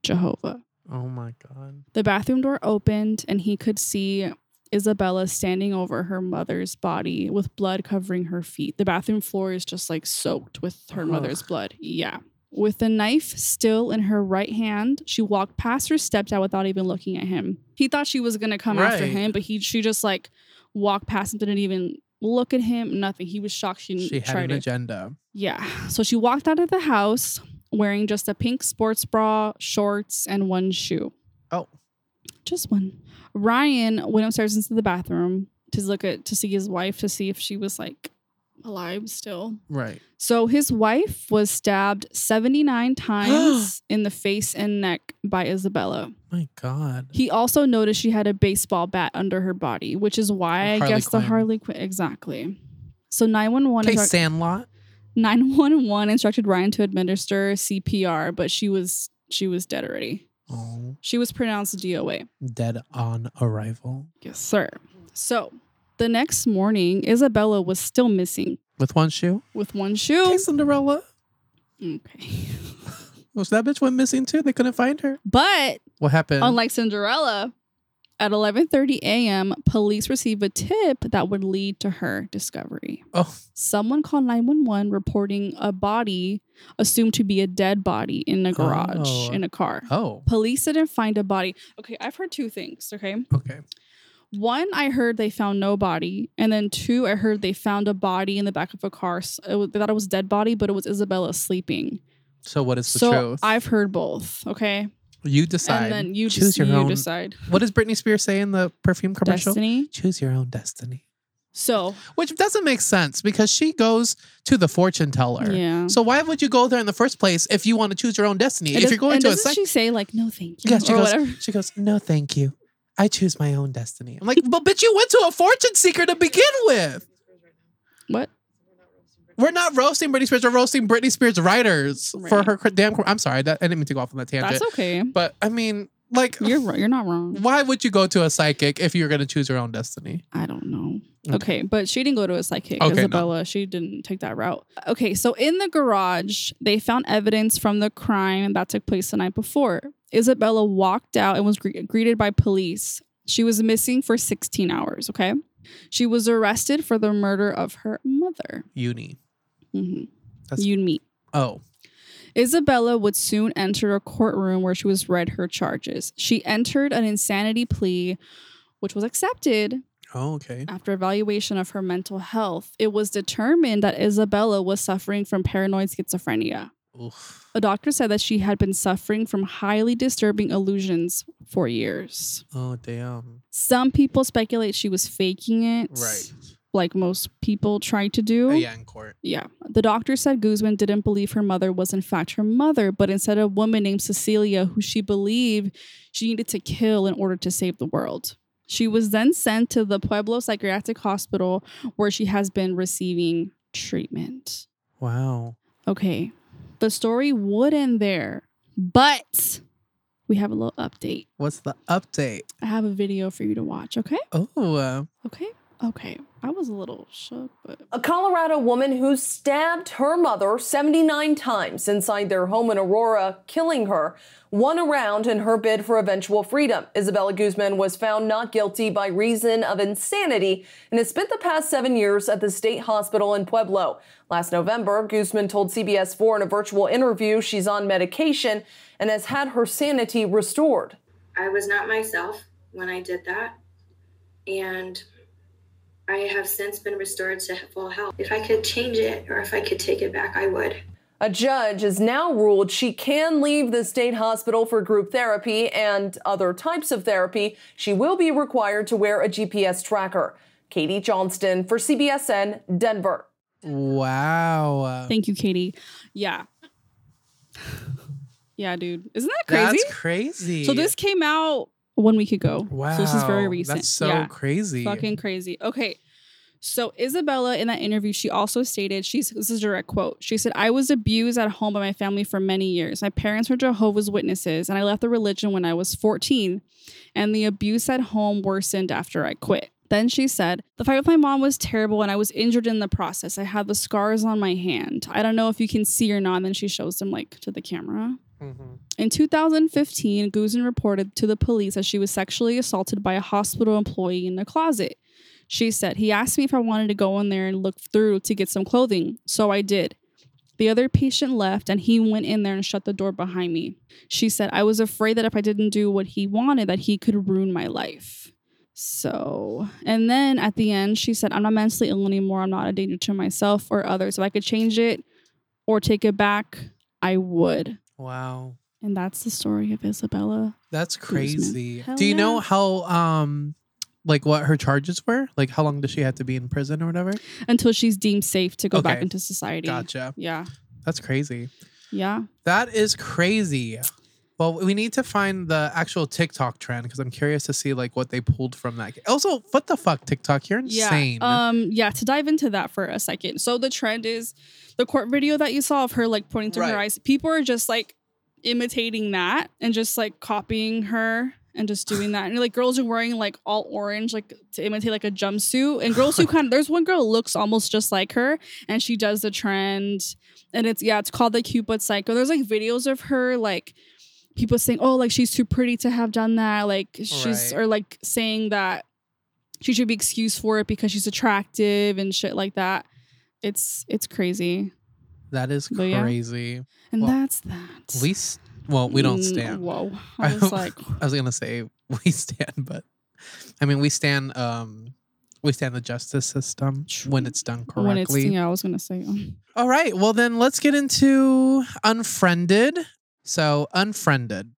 Speaker 2: Jehovah.
Speaker 3: Oh my God.
Speaker 2: The bathroom door opened and he could see Isabella standing over her mother's body with blood covering her feet. The bathroom floor is just like soaked with her
Speaker 3: Ugh.
Speaker 2: mother's blood. Yeah. With the knife still in her right hand, she walked past her stepdad without even looking at him. He thought she was gonna come after
Speaker 3: Right.
Speaker 2: him, but he she just like walked past him, didn't even look at him, nothing. He was shocked she didn't
Speaker 3: She had
Speaker 2: try
Speaker 3: an
Speaker 2: to
Speaker 3: agenda.
Speaker 2: yeah. So she walked out of the house wearing just a pink sports bra, shorts, and one shoe.
Speaker 3: Oh.
Speaker 2: Just one. Ryan went upstairs into the bathroom to look at to see his wife to see if she was like alive still.
Speaker 3: Right.
Speaker 2: So his wife was stabbed 79 times in the face and neck by Isabella.
Speaker 3: My God.
Speaker 2: He also noticed she had a baseball bat under her body, which is why I
Speaker 3: Harley
Speaker 2: guess the
Speaker 3: Quinn.
Speaker 2: Harley Quinn exactly. So 911
Speaker 3: Okay,
Speaker 2: is our-
Speaker 3: Sandlot.
Speaker 2: 911 instructed Ryan to administer CPR, but she was she was dead already.
Speaker 3: Oh,
Speaker 2: She was pronounced DOA.
Speaker 3: dead on arrival
Speaker 2: Yes, sir. So, the next morning, Isabella was still missing
Speaker 3: with one shoe.
Speaker 2: with one
Speaker 3: Okay,
Speaker 2: shoe.
Speaker 3: Oh, Cinderella.
Speaker 2: Okay.
Speaker 3: Was that bitch went missing too? They couldn't find her.
Speaker 2: But
Speaker 3: What happened?
Speaker 2: unlike Cinderella, at 11:30 a.m., police received a tip that would lead to her discovery.
Speaker 3: oh,
Speaker 2: Someone called 911 reporting a body assumed to be a dead body in a garage
Speaker 3: Oh.
Speaker 2: in a car.
Speaker 3: oh,
Speaker 2: Police didn't find a body. Okay, I've heard two things. Okay.
Speaker 3: okay.
Speaker 2: One, I heard they found no body. And then two, I heard they found a body in the back of a car. S- it was- they thought it was dead body, but it was Isabella sleeping.
Speaker 3: So what is the
Speaker 2: so
Speaker 3: truth?
Speaker 2: I've heard both. Okay.
Speaker 3: you decide.
Speaker 2: And then you
Speaker 3: choose
Speaker 2: just
Speaker 3: your
Speaker 2: you
Speaker 3: own.
Speaker 2: decide.
Speaker 3: What does Britney Spears say in the perfume commercial?
Speaker 2: Destiny.
Speaker 3: Choose your own destiny,
Speaker 2: So
Speaker 3: which doesn't make sense because she goes to the fortune teller.
Speaker 2: yeah.
Speaker 3: So why would you go there in the first place if you want to choose your own destiny?
Speaker 2: And
Speaker 3: if
Speaker 2: does-
Speaker 3: you're going
Speaker 2: and
Speaker 3: to a
Speaker 2: doesn't
Speaker 3: sec-
Speaker 2: she say like no thank you
Speaker 3: Yeah, she
Speaker 2: or
Speaker 3: goes-
Speaker 2: whatever?
Speaker 3: She goes, No, thank you. I choose my own destiny. I'm like, But bitch, you went to a fortune seeker to begin with.
Speaker 2: What?
Speaker 3: We're not roasting Britney Spears, we're roasting Britney Spears writers for
Speaker 2: Right.
Speaker 3: her cr- damn. cr- I'm sorry, that, I didn't mean to go off on that tangent.
Speaker 2: That's okay.
Speaker 3: but I mean, Like,
Speaker 2: You're ri- you're not wrong.
Speaker 3: why would you go to a psychic if you're going to choose your own destiny?
Speaker 2: I don't know.
Speaker 3: Okay.
Speaker 2: Okay, but she didn't go to a psychic,
Speaker 3: Okay, no.
Speaker 2: Isabella. She didn't take that route. Okay, so in the garage, they found evidence from the crime that took place the night before. Isabella walked out and was gre- greeted by police. She was missing for 16 hours, okay? She was arrested for the murder of her mother.
Speaker 3: Uni.
Speaker 2: hmm
Speaker 3: That's-
Speaker 2: You and me.
Speaker 3: Oh,
Speaker 2: Isabella would soon enter a courtroom where she was read her charges. She entered an insanity plea, which was accepted,
Speaker 3: oh, okay.
Speaker 2: after evaluation of her mental health, it was determined that Isabella was suffering from paranoid schizophrenia.
Speaker 3: Oof.
Speaker 2: A doctor said that she had been suffering from highly disturbing illusions for years.
Speaker 3: Oh, damn.
Speaker 2: Some people speculate she was faking it,
Speaker 3: Right.
Speaker 2: like most people try to do.
Speaker 3: Uh, yeah, in court.
Speaker 2: Yeah. The doctor said Guzman didn't believe her mother was in fact her mother, but instead a woman named Cecilia who she believed she needed to kill in order to save the world. She was then sent to the Pueblo Psychiatric Hospital where she has been receiving treatment.
Speaker 3: Wow.
Speaker 2: Okay. The story would end there, but we have a little update.
Speaker 3: What's the update?
Speaker 2: I have a video for you to watch, okay?
Speaker 3: Oh, uh,
Speaker 2: Okay. Okay. I was a little shook, but
Speaker 6: A Colorado woman who stabbed her mother 79 times inside their home in Aurora, killing her, won a round in her bid for eventual freedom. Isabella Guzman was found not guilty by reason of insanity and has spent the past seven years at the state hospital in Pueblo. Last November, Guzman told CBS 4 in a virtual interview she's on medication and has had her sanity restored.
Speaker 7: I was not myself when I did that. And I have since been restored to full health. If I could change it or if I could take it back, I would.
Speaker 6: A judge has now ruled she can leave the state hospital for group therapy and other types of therapy. She will be required to wear a GPS tracker. Katie Johnston for CBSN, Denver.
Speaker 3: wow.
Speaker 2: thank you, Katie. Yeah. Yeah, dude. Isn't that crazy?
Speaker 3: That's crazy.
Speaker 2: So this came out one week ago.
Speaker 3: Wow.
Speaker 2: So this is very recent.
Speaker 3: That's so
Speaker 2: Yeah.
Speaker 3: crazy.
Speaker 2: Fucking crazy. Okay. So Isabella in that interview, she also stated, she's this is a direct quote. She said, I was abused at home by my family for many years. My parents were Jehovah's Witnesses, and I left the religion when I was 14. And the abuse at home worsened after I quit. Then she said, The fight with my mom was terrible and I was injured in the process. I have the scars on my hand. I don't know if you can see or not. And then she shows them like to the camera.
Speaker 3: Mhm.
Speaker 2: In 2015, Guzman reported to the police that she was sexually assaulted by a hospital employee in the closet. She said, He asked me if I wanted to go in there and look through to get some clothing, so I did. The other patient left and he went in there and shut the door behind me. She said, I was afraid that if I didn't do what he wanted, that he could ruin my life. So, and then at the end, she said, I'm not mentally ill anymore. I'm not a danger to myself or others. If I could change it or take it back, I would.
Speaker 3: Wow.
Speaker 2: And that's the story of Isabella.
Speaker 3: That's crazy.
Speaker 2: Hell
Speaker 3: Do you know
Speaker 2: yeah.
Speaker 3: how um like what her charges were? Like how long does she have to be in prison or whatever?
Speaker 2: Until she's deemed safe to go back
Speaker 3: Okay.
Speaker 2: into society.
Speaker 3: Gotcha.
Speaker 2: Yeah.
Speaker 3: That's crazy.
Speaker 2: Yeah.
Speaker 3: That is crazy. Well, we need to find the actual TikTok trend because I'm curious to see like what they pulled from that. Also, what the fuck, TikTok? You're insane.
Speaker 2: Yeah. Um, yeah, to dive into that for a second. So the trend is the court video that you saw of her like pointing to her
Speaker 3: Right.
Speaker 2: eyes. People are just like imitating that and just like copying her and just doing that. And like girls are wearing like all orange, like to imitate like a jumpsuit. And girls who kind of there's one girl who looks almost just like her and she does the trend. And it's yeah, it's called the Cupid Psycho. There's like videos of her like people saying, Oh, like she's too pretty to have done that. Like she's
Speaker 3: Right.
Speaker 2: or like saying that she should be excused for it because she's attractive and shit like that. It's it's crazy.
Speaker 3: that is
Speaker 2: but yeah.
Speaker 3: crazy.
Speaker 2: And
Speaker 3: Well,
Speaker 2: that's that.
Speaker 3: We s- well, we don't
Speaker 2: Mm,
Speaker 3: stand.
Speaker 2: Whoa. I was like
Speaker 3: I was gonna say we stand, but I mean we stand um we stand the justice system when it's done correctly.
Speaker 2: when it's yeah, I was gonna say um,
Speaker 3: All right. Well, then let's get into Unfriended. So, Unfriended.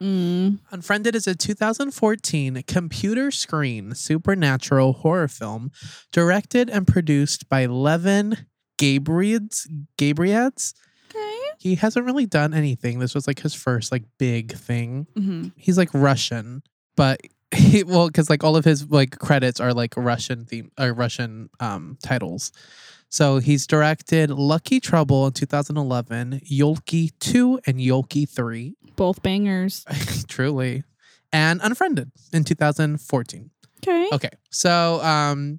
Speaker 2: mm,
Speaker 3: Unfriended is a 2014 computer screen supernatural horror film directed and produced by Levin Gabriads. Gabriads.
Speaker 2: Okay.
Speaker 3: He hasn't really done anything. This was like his first like big thing.
Speaker 2: mhm.
Speaker 3: He's like Russian, but he well because like all of his like credits are like Russian theme or Russian um uh, titles. So he's directed Lucky Trouble in 2011, Yolki 2 and Yolki 3,
Speaker 2: Both bangers.
Speaker 3: truly, and Unfriended in 2014.
Speaker 2: Okay.
Speaker 3: Okay. So, um,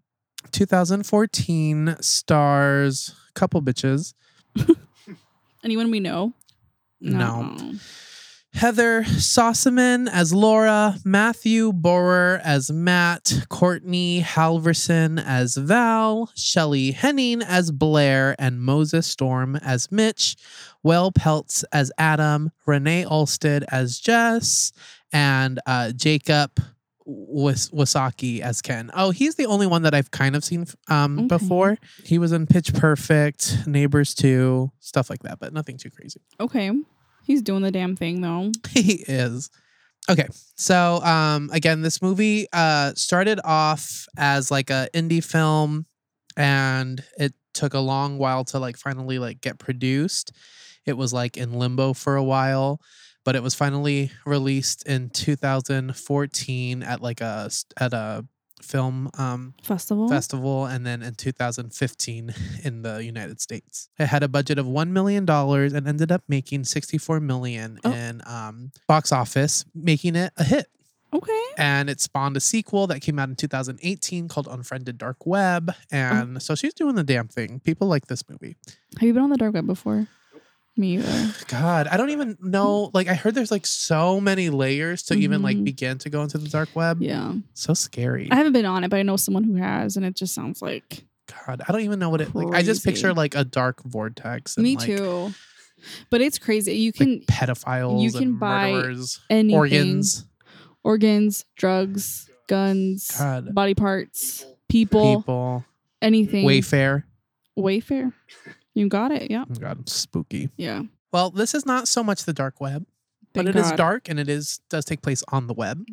Speaker 3: 2014 stars couple bitches
Speaker 2: Anyone we know?
Speaker 3: No. Heather Sossaman as Laura, Matthew Borer as Matt, Courtney Halverson as Val, Shelley Henning as Blair, and Moses Storm as Mitch, Will Peltz as Adam, Renee Olsted as Jess, and uh, Jacob Was- Wasaki as Ken. Oh, he's the only one that I've kind of seen um,
Speaker 2: Okay.
Speaker 3: before. He was in Pitch Perfect, Neighbors 2, stuff like that, but nothing too crazy.
Speaker 2: Okay. He's doing the damn thing though.
Speaker 3: He is. Okay. So um again, this movie uh started off as like a indie film and it took a long while to like finally like get produced. It was like in limbo for a while, but it was finally released in 2014 at like a s- at a film um
Speaker 2: Festival.
Speaker 3: festival and then in 2015 in the United States. It had a budget of 1 million dollars and ended up making 64 million
Speaker 2: Oh.
Speaker 3: in um, box office, making it a hit.
Speaker 2: okay.
Speaker 3: And it spawned a sequel that came out in 2018 called Unfriended Dark Web
Speaker 2: Oh.
Speaker 3: and so she's doing the damn thing. People like this movie.
Speaker 2: Have you been on the dark web before? Me either.
Speaker 3: God, I don't even know like I heard there's like so many layers to even like
Speaker 2: Mhm.
Speaker 3: begin to go into the dark web.
Speaker 2: Yeah.
Speaker 3: So scary.
Speaker 2: I haven't been on it, but I know someone who has, and it just sounds like
Speaker 3: God, I don't even know what it like I just picture
Speaker 2: Crazy.
Speaker 3: like a dark vortex and
Speaker 2: me
Speaker 3: like
Speaker 2: too. But it's crazy. You
Speaker 3: like
Speaker 2: can
Speaker 3: pedophiles
Speaker 2: you can
Speaker 3: and
Speaker 2: buy
Speaker 3: murderers,
Speaker 2: anything.
Speaker 3: organs,
Speaker 2: organs, drugs, guns,
Speaker 3: God.
Speaker 2: body parts,
Speaker 4: People.
Speaker 2: people,
Speaker 3: people,
Speaker 2: anything.
Speaker 3: Wayfair.
Speaker 2: Wayfair. You got it. Yeah.
Speaker 3: Oh God, spooky.
Speaker 2: Yeah.
Speaker 3: Well, this is not so much the dark web, but
Speaker 2: Thank
Speaker 3: it is
Speaker 2: God.
Speaker 3: dark and it is does take place on the web.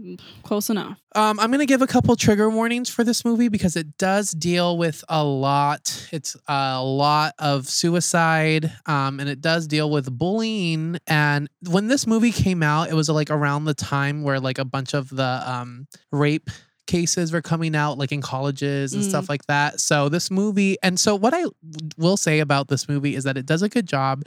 Speaker 2: Close enough.
Speaker 3: Um, I'm gonna give a couple trigger warnings for this movie because it does deal with a lot. It's a lot of suicide, um, and it does deal with bullying. And when this movie came out, it was like around the time where like a bunch of the um, rape cases were coming out, like in colleges and stuff like that. So this movie, and so what I w- will say about this movie is that it does a good job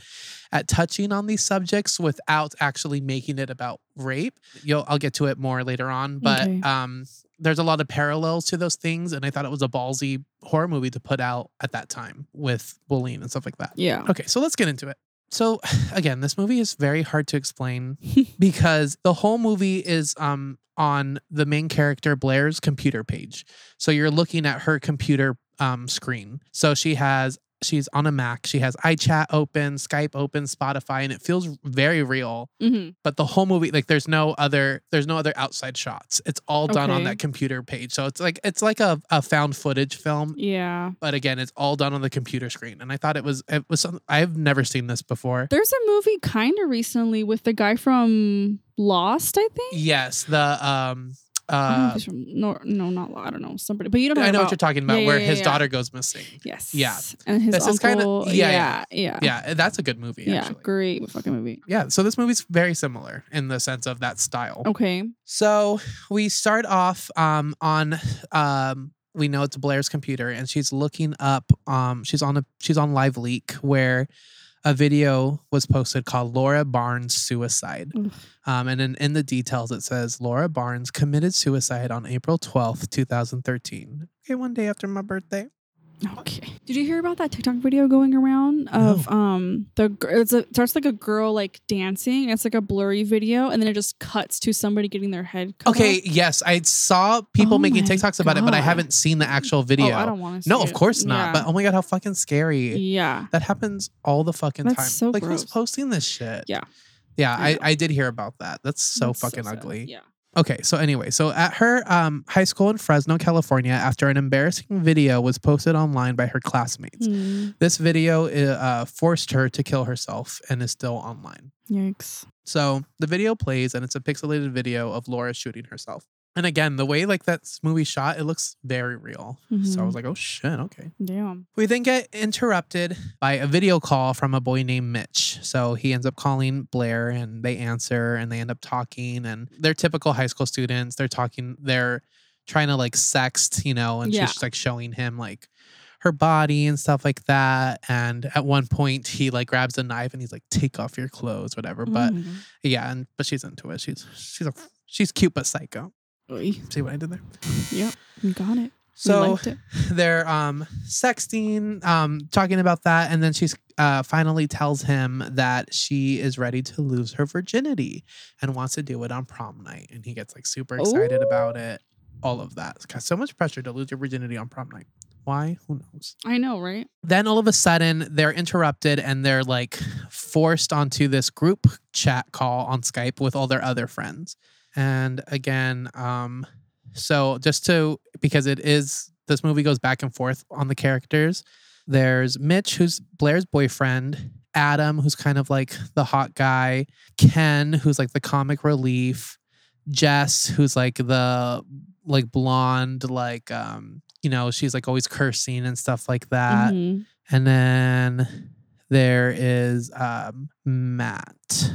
Speaker 3: at touching on these subjects without actually making it about rape. You'll, I'll get to it more later on, but
Speaker 2: Okay.
Speaker 3: um, there's a lot of parallels to those things, and I thought it was a ballsy horror movie to put out at that time with bullying and stuff like that.
Speaker 2: Yeah.
Speaker 3: Okay, so let's get into it. So again, this movie is very hard to explain because the whole movie is um on the main character Blair's computer page. So you're looking at her computer um screen. So she has she's on a Mac. She has iChat open, Skype open, Spotify, and it feels very real.
Speaker 2: hmm
Speaker 3: But the whole movie, like there's no other there's no other outside shots. It's all done on
Speaker 2: Okay.
Speaker 3: that computer page. So it's like it's like a, a found footage film
Speaker 2: Yeah.
Speaker 3: but again, it's all done on the computer screen. And I thought it was it was some, I've never seen this before.
Speaker 2: There's a movie kind of recently with the guy from Lost, I think.
Speaker 3: Yes, the um
Speaker 2: I don't know
Speaker 3: uh
Speaker 2: if he's from, no, no, not Lost. I don't know. Somebody, but you don't know.
Speaker 3: I know
Speaker 2: Oh, about.
Speaker 3: what you're talking about,
Speaker 2: Yeah,
Speaker 3: where
Speaker 2: yeah,
Speaker 3: his
Speaker 2: yeah.
Speaker 3: daughter goes missing.
Speaker 2: Yes.
Speaker 3: Yeah.
Speaker 2: And his
Speaker 3: This is kinda-
Speaker 2: uncle.
Speaker 3: yeah,
Speaker 2: yeah, yeah.
Speaker 3: Yeah, that's a good movie.
Speaker 2: Yeah,
Speaker 3: actually.
Speaker 2: Great fucking movie.
Speaker 3: Yeah, so this movie's very similar in the sense of that style.
Speaker 2: Okay.
Speaker 3: So we start off um, on um, we know it's Blair's computer, and she's looking up. Um, she's on a she's on Live Leak where a video was posted called Laura Barnes suicide,
Speaker 2: Ugh.
Speaker 3: um, and in, in the details it says Laura Barnes committed suicide on April twelfth, two thousand thirteen. Okay, one day after my birthday.
Speaker 2: Okay. Did you hear about that TikTok video going around of um the gir- it's a, it starts like a girl like dancing. and It's like a blurry video, and then it just cuts to somebody getting their head. Cut
Speaker 3: Okay,
Speaker 2: off.
Speaker 3: yes, I saw people
Speaker 2: Oh
Speaker 3: making
Speaker 2: my
Speaker 3: TikToks about it, but I
Speaker 2: God.
Speaker 3: haven't seen the actual video.
Speaker 2: Oh, I don't want to.
Speaker 3: no, of course not. But
Speaker 2: Yeah.
Speaker 3: oh my god, how fucking scary!
Speaker 2: yeah.
Speaker 3: That happens all the fucking
Speaker 2: That's
Speaker 3: time.
Speaker 2: so
Speaker 3: like who's
Speaker 2: gross.
Speaker 3: posting this shit?
Speaker 2: Yeah.
Speaker 3: Yeah,
Speaker 2: I
Speaker 3: I,
Speaker 2: know.
Speaker 3: I, did hear about that. That's so
Speaker 2: That's
Speaker 3: fucking
Speaker 2: sad.
Speaker 3: ugly.
Speaker 2: Yeah.
Speaker 3: Okay, so anyway, so at her um, high school in Fresno, California, after an embarrassing video was posted online by her classmates,
Speaker 2: Mm,
Speaker 3: this video uh, forced her to kill herself and is still online.
Speaker 2: yikes.
Speaker 3: So the video plays and it's a pixelated video of Laura shooting herself. And again, the way like that s- movie shot, it looks very real. So I
Speaker 2: Mhm.
Speaker 3: was like, oh shit, okay.
Speaker 2: Damn.
Speaker 3: We then get interrupted by a video call from a boy named Mitch. So he ends up calling Blair and they answer and they end up talking and they're typical high school students. They're talking, they're trying to like sext, you know, and
Speaker 2: Yeah.
Speaker 3: she's like showing him like her body and stuff like that. And at one point, he like grabs a knife and he's like, "Take off your clothes, whatever." But
Speaker 2: Mm.
Speaker 3: yeah, and but she's into it. She's she's a she's cute but psycho.
Speaker 2: Oy.
Speaker 3: See what I did there?
Speaker 2: Yep. You got it.
Speaker 3: So
Speaker 2: we liked it.
Speaker 3: they're um sexting um talking about that and then she's uh finally tells him that she is ready to lose her virginity and wants to do it on prom night and he gets like super excited
Speaker 2: Ooh.
Speaker 3: about it all of that It's got so much pressure to lose your virginity on prom night why who knows
Speaker 2: I know, right?
Speaker 3: then all of a sudden they're interrupted and they're like forced onto this group chat call on Skype with all their other friends. And again, um, so just to because it is this movie goes back and forth on the characters. There's Mitch, who's Blair's boyfriend, Adam, who's kind of like the hot guy, Ken, who's like the comic relief, Jess, who's like the like blonde, like um, you know, she's like always cursing and stuff like that.
Speaker 2: Mhm.
Speaker 3: And then there is um, Matt,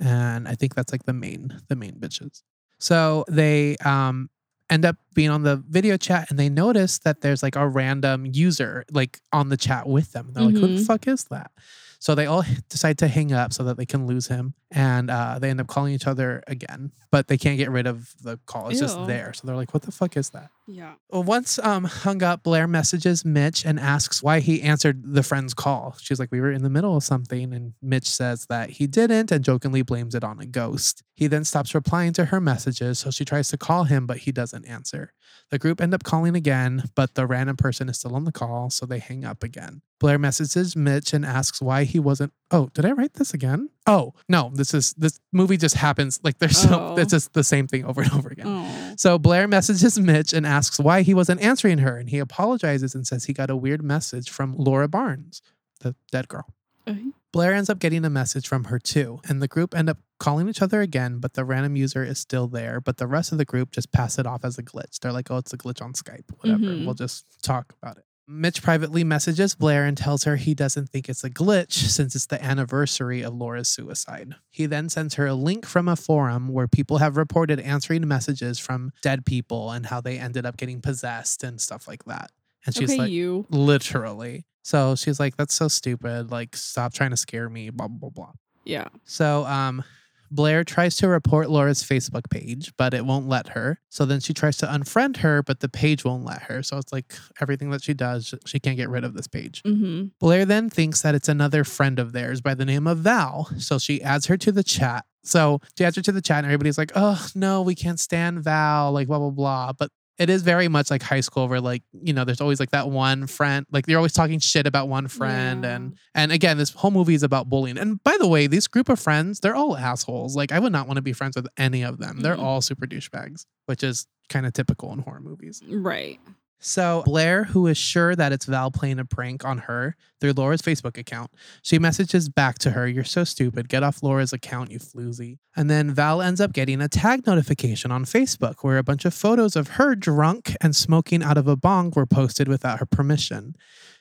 Speaker 3: and I think that's like the main the main bitches. So they um, end up being on the video chat, and they notice that there's like a random user like on the chat with them. They're like, "Who the
Speaker 2: Mhm.
Speaker 3: fuck is that?" So they all h- decide to hang up so that they can lose him, and uh, they end up calling each other again, but they can't get rid of the call. It's just
Speaker 2: Ew.
Speaker 3: there, so they're like, "What the fuck is that?"
Speaker 2: Yeah.
Speaker 3: Well, once um, hung up, Blair messages Mitch and asks why he answered the friend's call. She's like, We were in the middle of something. And Mitch says that he didn't and jokingly blames it on a ghost. He then stops replying to her messages. So she tries to call him, but he doesn't answer. The group end up calling again, but the random person is still on the call. So they hang up again. Blair messages Mitch and asks why he wasn't. Oh, did I write this again? Oh, no, this is this movie just happens. Like there's so,
Speaker 2: Oh.
Speaker 3: it's just the same thing over and over again.
Speaker 2: Oh.
Speaker 3: So Blair messages Mitch and asks why he wasn't answering her, and he apologizes and says he got a weird message from Laura Barnes, the dead girl.
Speaker 2: Okay.
Speaker 3: Blair ends up getting a message from her too, and the group end up calling each other again, but the random user is still there. But the rest of the group just pass it off as a glitch. They're like, oh, it's a glitch on Skype, whatever.
Speaker 2: Mhm.
Speaker 3: We'll just talk about it. Mitch privately messages Blair and tells her he doesn't think it's a glitch since it's the anniversary of Laura's suicide. He then sends her a link from a forum where people have reported answering messages from dead people and how they ended up getting possessed and stuff like that. And she's
Speaker 2: okay,
Speaker 3: like,
Speaker 2: you.
Speaker 3: literally. So she's like, "That's so stupid. Like, stop trying to scare me." Blah blah blah.
Speaker 2: Yeah.
Speaker 3: So, um, Blair tries to report Laura's Facebook page, but it won't let her. So then she tries to unfriend her, but the page won't let her. So it's like everything that she does, she can't get rid of this page.
Speaker 2: Mm-hmm.
Speaker 3: Blair then thinks that it's another friend of theirs by the name of Val. So she adds her to the chat. So she adds her to the chat, and everybody's like, oh, no, we can't stand Val, like, blah, blah, blah. But it is very much like high school where like you know there's always like that one friend like you're always talking shit about one friend
Speaker 2: Yeah.
Speaker 3: and and again this whole movie is about bullying and by the way these group of friends they're all assholes like i would not want to be friends with any of them they're
Speaker 2: Mhm.
Speaker 3: all super douchebags which is kind of typical in horror movies
Speaker 2: Right.
Speaker 3: so Blair, who is sure that it's Val playing a prank on her through Laura's Facebook account, she messages back to her, You're so stupid. Get off Laura's account, you floozy. And then Val ends up getting a tag notification on Facebook where a bunch of photos of her drunk and smoking out of a bong were posted without her permission.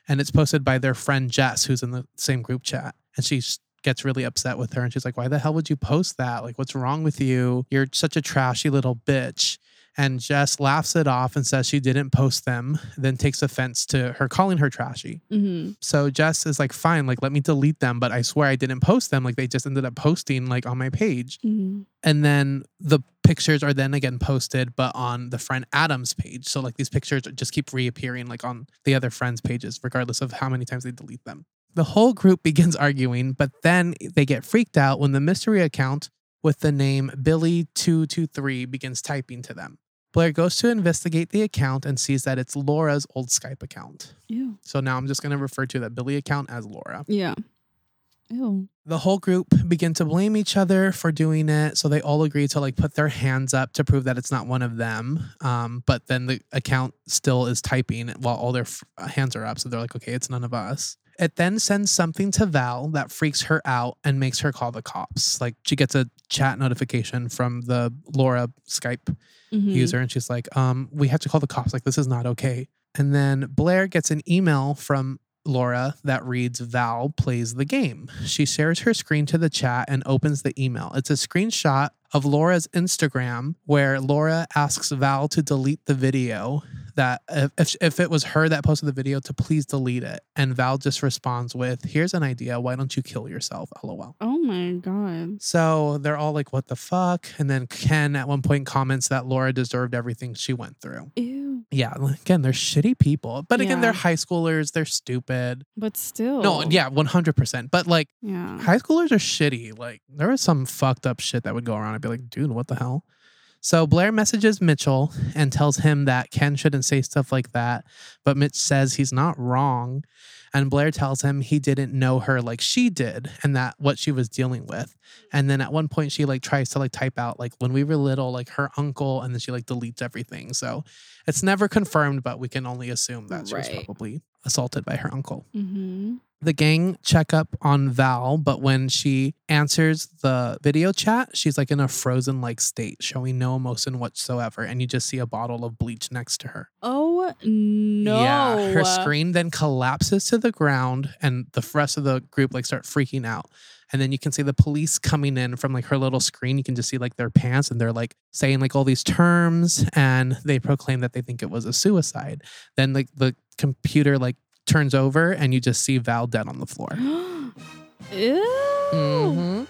Speaker 3: And it's posted by their friend Jess, who's in the same group chat. And she s- gets really upset with her and she's like, Why the hell would you post that? Like, what's wrong with you? You're such a trashy little bitch and Jess laughs it off and says she didn't post them, then takes offense to her calling her trashy.
Speaker 2: Mm-hmm.
Speaker 3: So Jess is like, fine, like, let me delete them, but I swear I didn't post them. Like, they just ended up posting, like, on my page.
Speaker 2: mm-hmm.
Speaker 3: And then the pictures are then again posted, but on the friend Adam's page. So, like, these pictures just keep reappearing, like, on the other friends' pages, regardless of how many times they delete them. The whole group begins arguing, but then they get freaked out when the mystery account with the name Billy223 begins typing to them. Blair goes to investigate the account and sees that it's Laura's old Skype account.
Speaker 2: Ew.
Speaker 3: So now I'm just going to refer to that Billy account as Laura.
Speaker 2: Yeah. Ew.
Speaker 3: The whole group begin to blame each other for doing it. So they all agree to like put their hands up to prove that it's not one of them. Um, but then the account still is typing while all their f- uh, hands are up. So they're like, okay, it's none of us. It then sends something to Val that freaks her out and makes her call the cops. Like she gets a chat notification from the Laura Skype
Speaker 2: Mm-hmm.
Speaker 3: user and she's like um we have to call the cops like this is not okay and then blair gets an email from laura that reads val plays the game she shares her screen to the chat and opens the email it's a screenshot of laura's instagram where laura asks val to delete the video that if, if if it was her that posted the video to please delete it, and Val just responds with, "Here's an idea. Why don't you kill yourself?" LOL.
Speaker 2: Oh my god.
Speaker 3: So they're all like, "What the fuck?" And then Ken at one point comments that Laura deserved everything she went through.
Speaker 2: Ew.
Speaker 3: Yeah, again, they're shitty people, but again,
Speaker 2: Yeah. Oh.
Speaker 3: they're high schoolers. They're stupid.
Speaker 2: But still.
Speaker 3: No, yeah, one hundred percent. But like,
Speaker 2: Yeah.
Speaker 3: high schoolers are shitty. Like there was some fucked up shit that would go around. I'd be like, dude, what the hell? So Blair messages Mitchell and tells him that Ken shouldn't say stuff like that. But Mitch says he's not wrong. And Blair tells him he didn't know her like she did and that what she was dealing with. And then at one point she like tries to like type out like when we were little, like her uncle, and then she like deletes everything. So it's never confirmed, but we can only assume that she was
Speaker 2: Right.
Speaker 3: probably assaulted by her uncle
Speaker 2: Mm-hmm.
Speaker 3: the gang check up on Val, but when she answers the video chat, she's like in a frozen like state, showing no emotion whatsoever. And you just see a bottle of bleach next to her.
Speaker 2: Oh no.
Speaker 3: Yeah. Her screen then collapses to the ground, and the rest of the group like start freaking out. And then you can see the police coming in from like her little screen. You can just see like their pants, and they're like saying like all these terms, and they proclaim that they think it was a suicide. Then like the computer like turns over, and you just see Val dead on the floor.
Speaker 2: Ew.
Speaker 3: Mhm.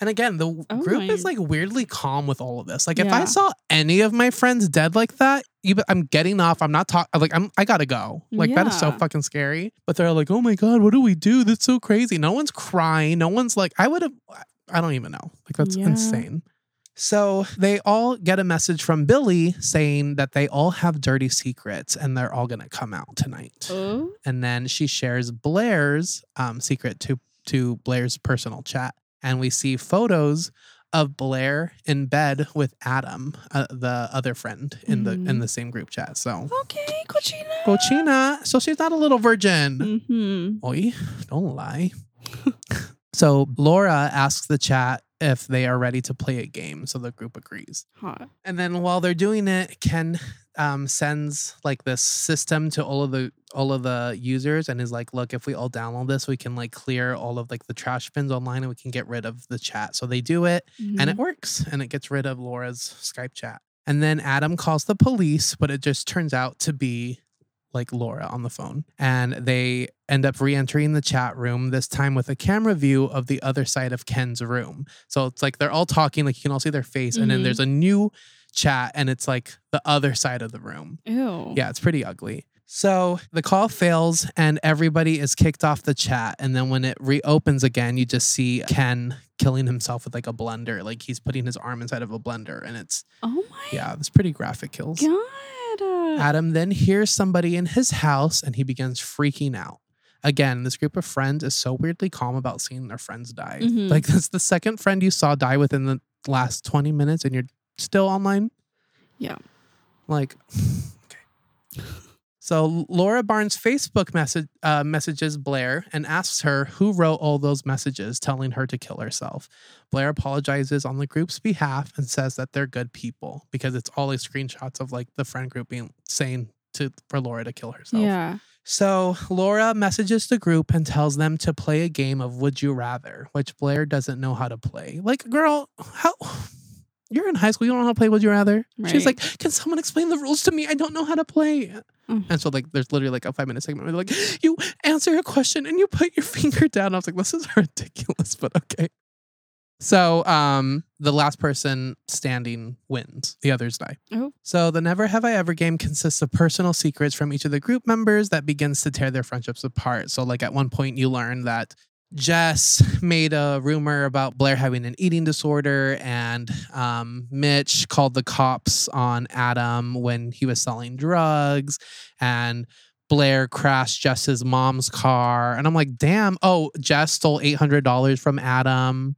Speaker 3: And again, the w-
Speaker 2: Oh
Speaker 3: group
Speaker 2: my-
Speaker 3: is like weirdly calm with all of this. Like, if I
Speaker 2: Yeah.
Speaker 3: saw any of my friends dead like that, you, be- I'm getting off. I'm not talking. Like, I'm. I gotta go. Like, that is so
Speaker 2: Yeah.
Speaker 3: fucking scary. But they're like, oh my god, what do we do? That's so crazy. No one's crying. No one's like, I would have. I don't even know. Like, that's
Speaker 2: Yeah.
Speaker 3: insane. So they all get a message from Billy saying that they all have dirty secrets and they're all gonna come out tonight
Speaker 2: Oh.
Speaker 3: and then she shares Blair's um, secret to to Blair's personal chat, and we see photos of Blair in bed with Adam, uh, the other friend in the in
Speaker 2: Mhm.
Speaker 3: the same group chat. So
Speaker 2: Okay, Cochina.
Speaker 3: Cochina, so she's not a little virgin.
Speaker 2: Mm-hmm.
Speaker 3: Oi, don't lie. so Laura asks the chat if they are ready to play a game, so the group agrees.
Speaker 2: Hot.
Speaker 3: And then while they're doing it, Ken um, sends like this system to all of the all of the users and is like, look, if we all download this, we can like clear all of like the trash bins online and we can get rid of the chat. So they do it
Speaker 2: Mm-hmm.
Speaker 3: and uh, it works and it gets rid of Laura's Skype chat. And then Adam calls the police, but it just turns out to be like Laura on the phone. And they end up re entering the chat room, this time with a camera view of the other side of Ken's room. So it's like they're all talking, like you can all see their face. And then
Speaker 2: Mhm.
Speaker 3: there's a new chat, and it's like the other side of the room.
Speaker 2: Ew.
Speaker 3: Yeah, it's pretty ugly. So the call fails and everybody is kicked off the chat. And then when it reopens again, you just see Ken killing himself with like a blender. Like he's putting his arm inside of a blender. And it's,
Speaker 2: Oh my
Speaker 3: yeah, it's pretty graphic kills.
Speaker 2: god. Uh,
Speaker 3: Adam then hears somebody in his house and he begins freaking out. Again, this group of friends is so weirdly calm about seeing their friends die.
Speaker 2: Mhm.
Speaker 3: Like that's the second friend you saw die within the last 20 minutes and you're still online.
Speaker 2: Yeah.
Speaker 3: Like okay. So Laura Barnes Facebook message uh, messages Blair and asks her who wrote all those messages telling her to kill herself. Blair apologizes on the group's behalf and says that they're good people because it's all like screenshots of like the friend group being saying to for Laura to kill herself.
Speaker 2: yeah.
Speaker 3: So Laura messages the group and tells them to play a game of Would You Rather, which Blair doesn't know how to play. Like, girl, how you're in high school, you don't know how to play Would You Rather? She's like,
Speaker 2: Right.
Speaker 3: Can someone explain the rules to me? I don't know how to play.
Speaker 2: Mm.
Speaker 3: And so like there's literally like a five minute segment where they're like, you answer a question and you put your finger down. I was like, this is ridiculous, but okay. So um the last person standing wins. The others die.
Speaker 2: Oh.
Speaker 3: So the Never Have I Ever game consists of personal secrets from each of the group members that begins to tear their friendships apart. So like at one point you learn that Jess made a rumor about Blair having an eating disorder, and um, Mitch called the cops on Adam when he was selling drugs, and Blair crashed Jess's mom's car. And I'm like, damn, oh, Jess stole $800 from Adam.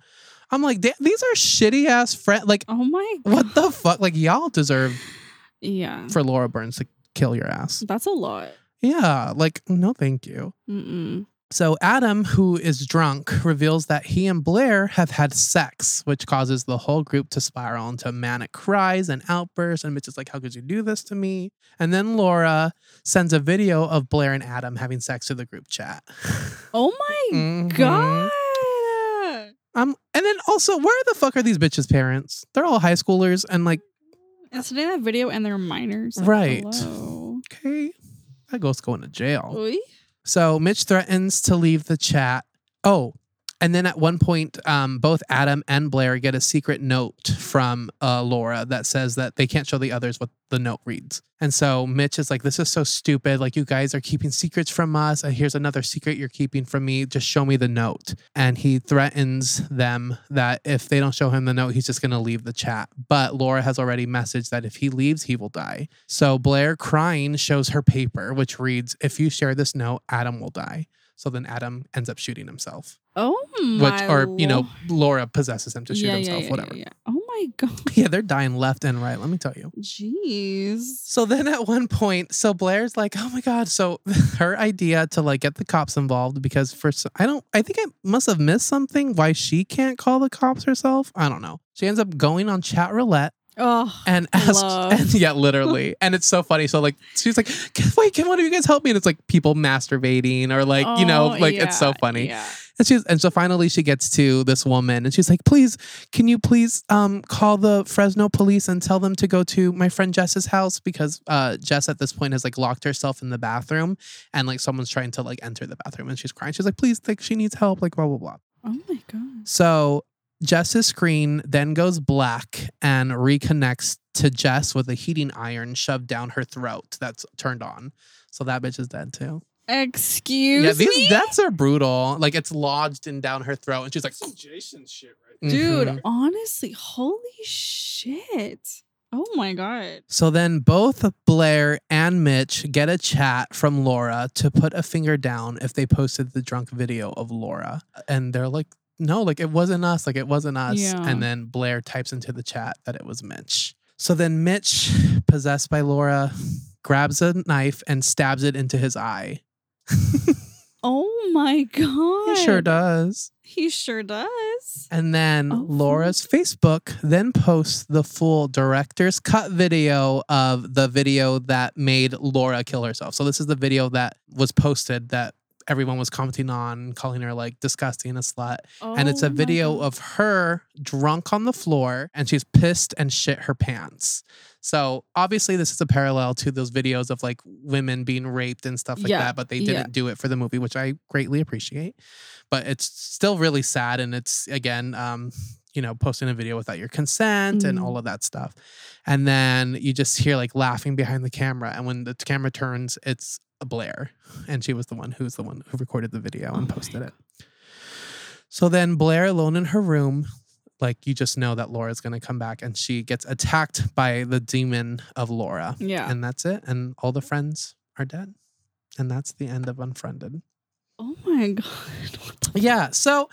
Speaker 3: I'm like, "Da- these are shitty ass friends. Like,
Speaker 2: Oh my god.
Speaker 3: what the fuck? Like, y'all deserve
Speaker 2: Yeah.
Speaker 3: for Laura Burns to kill your ass.
Speaker 2: That's a lot.
Speaker 3: Yeah, like, no, thank you.
Speaker 2: Mm-mm.
Speaker 3: So Adam, who is drunk, reveals that he and Blair have had sex, which causes the whole group to spiral into manic cries and outbursts. And Mitch is like, "How could you do this to me?" And then Laura sends a video of Blair and Adam having sex to the group chat.
Speaker 2: Oh my
Speaker 3: Mhm.
Speaker 2: god.
Speaker 3: Um, and then also, where the fuck are these bitches' parents? They're all high schoolers, and like,
Speaker 2: And so they have video and they're minors. Like,
Speaker 3: Right. Oh.
Speaker 2: hello.
Speaker 3: Okay. That ghost's going to jail.
Speaker 2: Oy.
Speaker 3: So Mitch threatens to leave the chat. Oh, and then at one point, um, both Adam and Blair get a secret note from uh, Laura that says that they can't show the others what the note reads. And so Mitch is like, This is so stupid. Like, you guys are keeping secrets from us. And here's another secret you're keeping from me. Just show me the note. And he threatens them that if they don't show him the note, he's just going to leave the chat. But Laura has already messaged that if he leaves, he will die. So Blair, crying, shows her paper, which reads, If you share this note, Adam will die. So then Adam ends up shooting himself
Speaker 2: Oh my.
Speaker 3: which or you know
Speaker 2: lord.
Speaker 3: Laura possesses him to shoot
Speaker 2: Yeah, yeah,
Speaker 3: himself,
Speaker 2: yeah,
Speaker 3: whatever.
Speaker 2: yeah,
Speaker 3: Yeah,
Speaker 2: yeah. Oh my god.
Speaker 3: they're dying left and right. Let me tell you.
Speaker 2: Jeez.
Speaker 3: So then at one point, so Blair's like, "Oh my god!" So her idea to like get the cops involved because first I don't, I think I must have missed something. Why she can't call the cops herself? I don't know. She ends up going on chat roulette
Speaker 2: Oh.
Speaker 3: and asks,
Speaker 2: Love.
Speaker 3: and yeah, literally. and it's so funny. So like, she's like, "Can- "Wait, can one of you guys help me?" And it's like people masturbating or like you know,
Speaker 2: Oh,
Speaker 3: like it's so
Speaker 2: yeah,
Speaker 3: funny.
Speaker 2: Yeah.
Speaker 3: And she's and so finally she gets to this woman and she's like, please, can you please um call the Fresno police and tell them to go to my friend Jess's house because uh Jess at this point has like locked herself in the bathroom and like someone's trying to like enter the bathroom and she's crying. She's like, please, like she needs help, like blah blah blah.
Speaker 2: Oh my god.
Speaker 3: So Jess's screen then goes black and reconnects to Jess with a heating iron shoved down her throat that's turned on. So that bitch is dead too.
Speaker 2: Excuse
Speaker 3: Yeah, these
Speaker 2: me,
Speaker 3: deaths are brutal. Like it's lodged in down her throat, and she's like,
Speaker 4: That's some Jason shit right there.
Speaker 2: dude.
Speaker 3: "Mhm."
Speaker 2: Honestly, holy shit. Oh my god.
Speaker 3: So then both Blair and Mitch get a chat from Laura to put a finger down if they posted the drunk video of Laura, and they're like, "No, like it wasn't us. Like it wasn't us."
Speaker 2: Yeah.
Speaker 3: And then Blair types into the chat that it was Mitch. So then Mitch, possessed by Laura, grabs a knife and stabs it into his eye.
Speaker 2: Oh my god.
Speaker 3: He sure does.
Speaker 2: He sure does.
Speaker 3: And then
Speaker 2: Oh,
Speaker 3: Laura's Facebook then posts the full director's cut video of the video that made Laura kill herself. So this is the video that was posted that everyone was commenting on, calling her like disgusting, a slut. and it's
Speaker 2: Oh
Speaker 3: a
Speaker 2: my
Speaker 3: video
Speaker 2: God.
Speaker 3: of her drunk on the floor and she's pissed and shit her pants. So obviously this is a parallel to those videos of like women being raped and stuff like
Speaker 2: Yeah,
Speaker 3: that, but they
Speaker 2: yeah.
Speaker 3: didn't do it for the movie, which I greatly appreciate but it's still really sad and it's again um you know posting a video without your consent and
Speaker 2: Mhm.
Speaker 3: all of that stuff and then you just hear like laughing behind the camera and when the t- camera turns it's blair and she was the one who's the one who recorded the video
Speaker 2: Oh
Speaker 3: and
Speaker 2: my
Speaker 3: posted it so then blair alone in her room like you just know that laura's going to come back and she gets attacked by the demon of laura
Speaker 2: Yeah.
Speaker 3: and that's it and all the friends are dead and that's the end of unfriended
Speaker 2: Oh my god. What the-
Speaker 3: yeah. So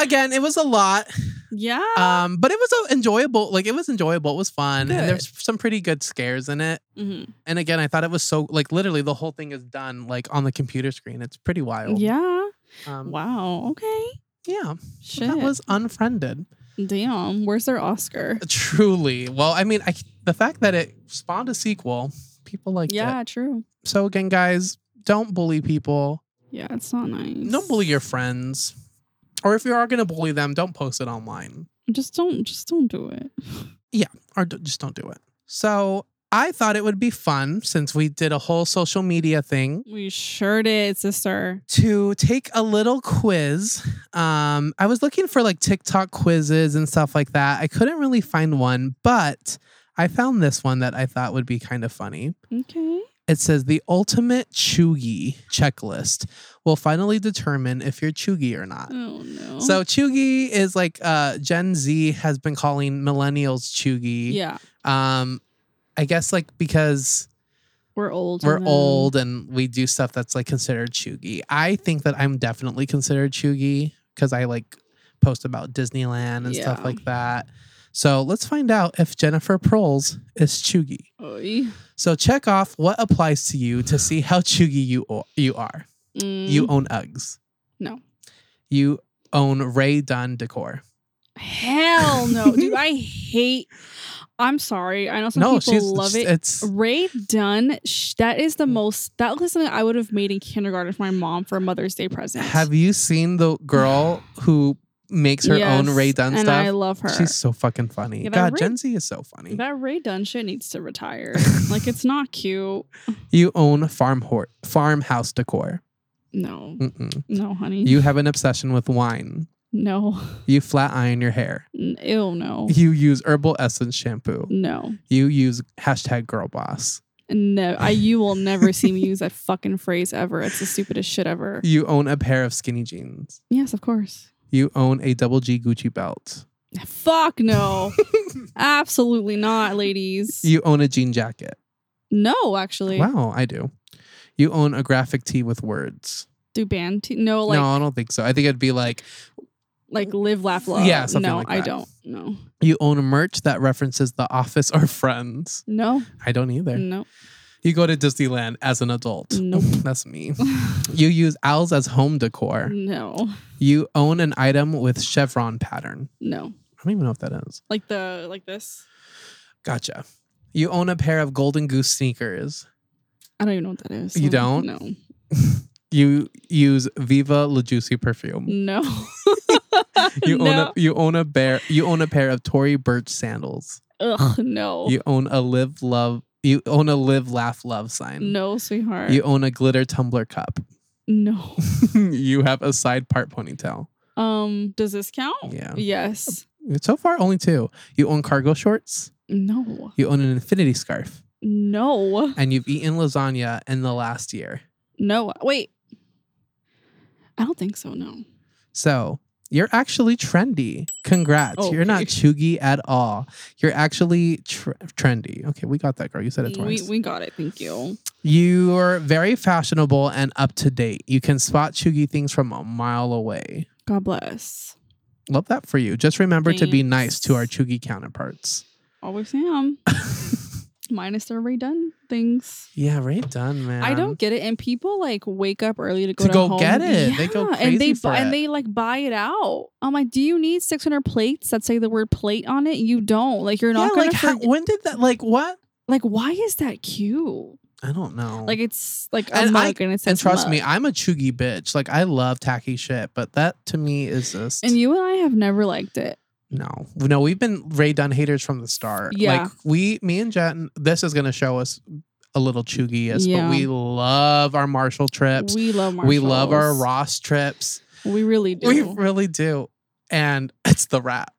Speaker 3: again, it was a lot,
Speaker 2: Yeah.
Speaker 3: um, but it was a enjoyable. Like it was enjoyable. It was fun,
Speaker 2: Good.
Speaker 3: and there's some pretty good scares in it.
Speaker 2: Mhm.
Speaker 3: And again, I thought it was so like literally the whole thing is done like on the computer screen. It's pretty wild.
Speaker 2: Yeah.
Speaker 3: Um,
Speaker 2: Wow. Okay.
Speaker 3: Yeah.
Speaker 2: Shit.
Speaker 3: That was unfriended.
Speaker 2: Damn. Where's their Oscar?
Speaker 3: Truly. Well, I mean, I, the fact that it spawned a sequel, people like
Speaker 2: yeah.
Speaker 3: it.
Speaker 2: True.
Speaker 3: So again, guys, don't bully people.
Speaker 2: Yeah. It's not nice.
Speaker 3: Don't bully your friends. Or if you are going to bully them, don't post it online.
Speaker 2: Just don't. Just don't do it.
Speaker 3: or d- just don't do it. So I thought it would be fun since we did a whole social media thing
Speaker 2: We sure did, sister.
Speaker 3: to take a little quiz. Um, I was looking for like TikTok quizzes and stuff like that. I couldn't really find one, but I found this one that I thought would be kind of funny.
Speaker 2: Okay.
Speaker 3: It says the ultimate chuggy checklist will finally determine if you're chuggy or not.
Speaker 2: Oh no.
Speaker 3: Uh, So chuggy is like uh, Gen Z has been calling millennials chuggy.
Speaker 2: yeah,
Speaker 3: Um, I guess like because
Speaker 2: we're old.
Speaker 3: we're
Speaker 2: and then-
Speaker 3: old and we do stuff that's like considered chuggy. I think that I'm definitely considered chuggy because I like post about Disneyland and stuff
Speaker 2: Yeah.
Speaker 3: like that. So let's find out if Jennifer Proles is chuggy.
Speaker 2: Oy.
Speaker 3: So check off what applies to you to see how chuggy you o- you are.
Speaker 2: Mm,
Speaker 3: You own Uggs.
Speaker 2: No.
Speaker 3: You own Ray Dunn decor.
Speaker 2: Hell no, dude. I hate. I'm sorry. I know some
Speaker 3: no,
Speaker 2: people
Speaker 3: she's
Speaker 2: love it.
Speaker 3: It's
Speaker 2: Ray Dunn. Sh- that is the most. That was something I would have made in kindergarten for my mom for a Mother's Day present.
Speaker 3: Have you seen the girl who makes her own
Speaker 2: Yes,
Speaker 3: Ray Dunn
Speaker 2: and
Speaker 3: stuff.
Speaker 2: I love her.
Speaker 3: She's so fucking funny.
Speaker 2: Yeah, that
Speaker 3: God,
Speaker 2: Ray-
Speaker 3: Gen Z is so funny.
Speaker 2: that Ray Dunn shit needs to retire. like it's not cute.
Speaker 3: you own farm hor- farmhouse decor.
Speaker 2: No,
Speaker 3: Mm-mm.
Speaker 2: no, honey.
Speaker 3: You have an obsession with wine.
Speaker 2: no,
Speaker 3: You flat iron your hair.
Speaker 2: N- ew, no,
Speaker 3: You use herbal essence shampoo.
Speaker 2: no,
Speaker 3: You use hashtag girl boss.
Speaker 2: no. I you will never see me use that fucking phrase ever. It's the stupidest shit ever.
Speaker 3: You own a pair of skinny jeans.
Speaker 2: Yes, of course.
Speaker 3: You own a double G Gucci belt.
Speaker 2: Fuck no. Absolutely not, ladies.
Speaker 3: You own a jean jacket.
Speaker 2: no, actually.
Speaker 3: Wow, I do. You own a graphic tee with words.
Speaker 2: Do band t- no like
Speaker 3: no, I don't think so. I think it'd be like
Speaker 2: like live laugh love.
Speaker 3: Yeah, something
Speaker 2: no,
Speaker 3: like
Speaker 2: I
Speaker 3: that.
Speaker 2: don't. No.
Speaker 3: you own merch that references The Office or Friends.
Speaker 2: No.
Speaker 3: I don't either.
Speaker 2: No.
Speaker 3: You go to Disneyland as an adult.
Speaker 2: Mm. Nope.
Speaker 3: That's me. You use owls as home decor.
Speaker 2: Mm. no.
Speaker 3: You own an item with chevron pattern.
Speaker 2: No.
Speaker 3: I don't even know if that is.
Speaker 2: Like the like this.
Speaker 3: Gotcha. You own a pair of golden goose sneakers.
Speaker 2: I don't even know what that is. so
Speaker 3: You don't?
Speaker 2: No.
Speaker 3: You use Viva La Juicy perfume.
Speaker 2: No.
Speaker 3: You own
Speaker 2: no.
Speaker 3: a you own a bear you own a pair of Tory Burch sandals.
Speaker 2: Ugh, no.
Speaker 3: You own a live love you own a live laugh love sign.
Speaker 2: no, sweetheart.
Speaker 3: You own a glitter tumbler cup.
Speaker 2: no.
Speaker 3: you have a side part ponytail.
Speaker 2: Um, does this count?
Speaker 3: Yeah.
Speaker 2: Yes.
Speaker 3: So far only two. You own cargo shorts.
Speaker 2: No.
Speaker 3: You own an infinity scarf.
Speaker 2: No.
Speaker 3: And you've eaten lasagna in the last year.
Speaker 2: No. Wait. I don't think so, no.
Speaker 3: So you're actually trendy. Congrats. You're not
Speaker 2: Okay.
Speaker 3: chuggy at all. You're actually tr- trendy. Okay, we got that, girl. You said it
Speaker 2: We
Speaker 3: twice.
Speaker 2: we got it, thank you.
Speaker 3: You're very fashionable and up to date. You can spot chuggy things from a mile away.
Speaker 2: God bless.
Speaker 3: Love that for you. Just remember to be
Speaker 2: Thanks.
Speaker 3: nice to our chuggy counterparts.
Speaker 2: Always am. Minus their redone things.
Speaker 3: yeah, right done, man.
Speaker 2: I don't get it. And people like wake up early to go
Speaker 3: To
Speaker 2: to,
Speaker 3: go
Speaker 2: home.
Speaker 3: get it. They go
Speaker 2: and they
Speaker 3: crazy for
Speaker 2: bu-
Speaker 3: it.
Speaker 2: and they like buy it out. I'm like, do you need 600 plates that say the word plate on it? You don't. Like you're
Speaker 3: yeah,
Speaker 2: not gonna
Speaker 3: like how,
Speaker 2: forg-
Speaker 3: when did that like what?
Speaker 2: like why is that cute?
Speaker 3: I don't know.
Speaker 2: Like it's like a
Speaker 3: And I-
Speaker 2: mug and it says
Speaker 3: and trust
Speaker 2: mug.
Speaker 3: me, I'm a chuggy bitch. Like I love tacky shit, but that to me is just
Speaker 2: and you and I have never liked it.
Speaker 3: No, no, we've been Ray Dunn haters from the start.
Speaker 2: Yeah.
Speaker 3: Like we, me and Jen, this is going to show us a little chuggy-ish,
Speaker 2: Yeah.
Speaker 3: but we love our Marshall trips.
Speaker 2: We love Marshalls.
Speaker 3: We love our Ross trips.
Speaker 2: We really do.
Speaker 3: We really do. And it's the wrap.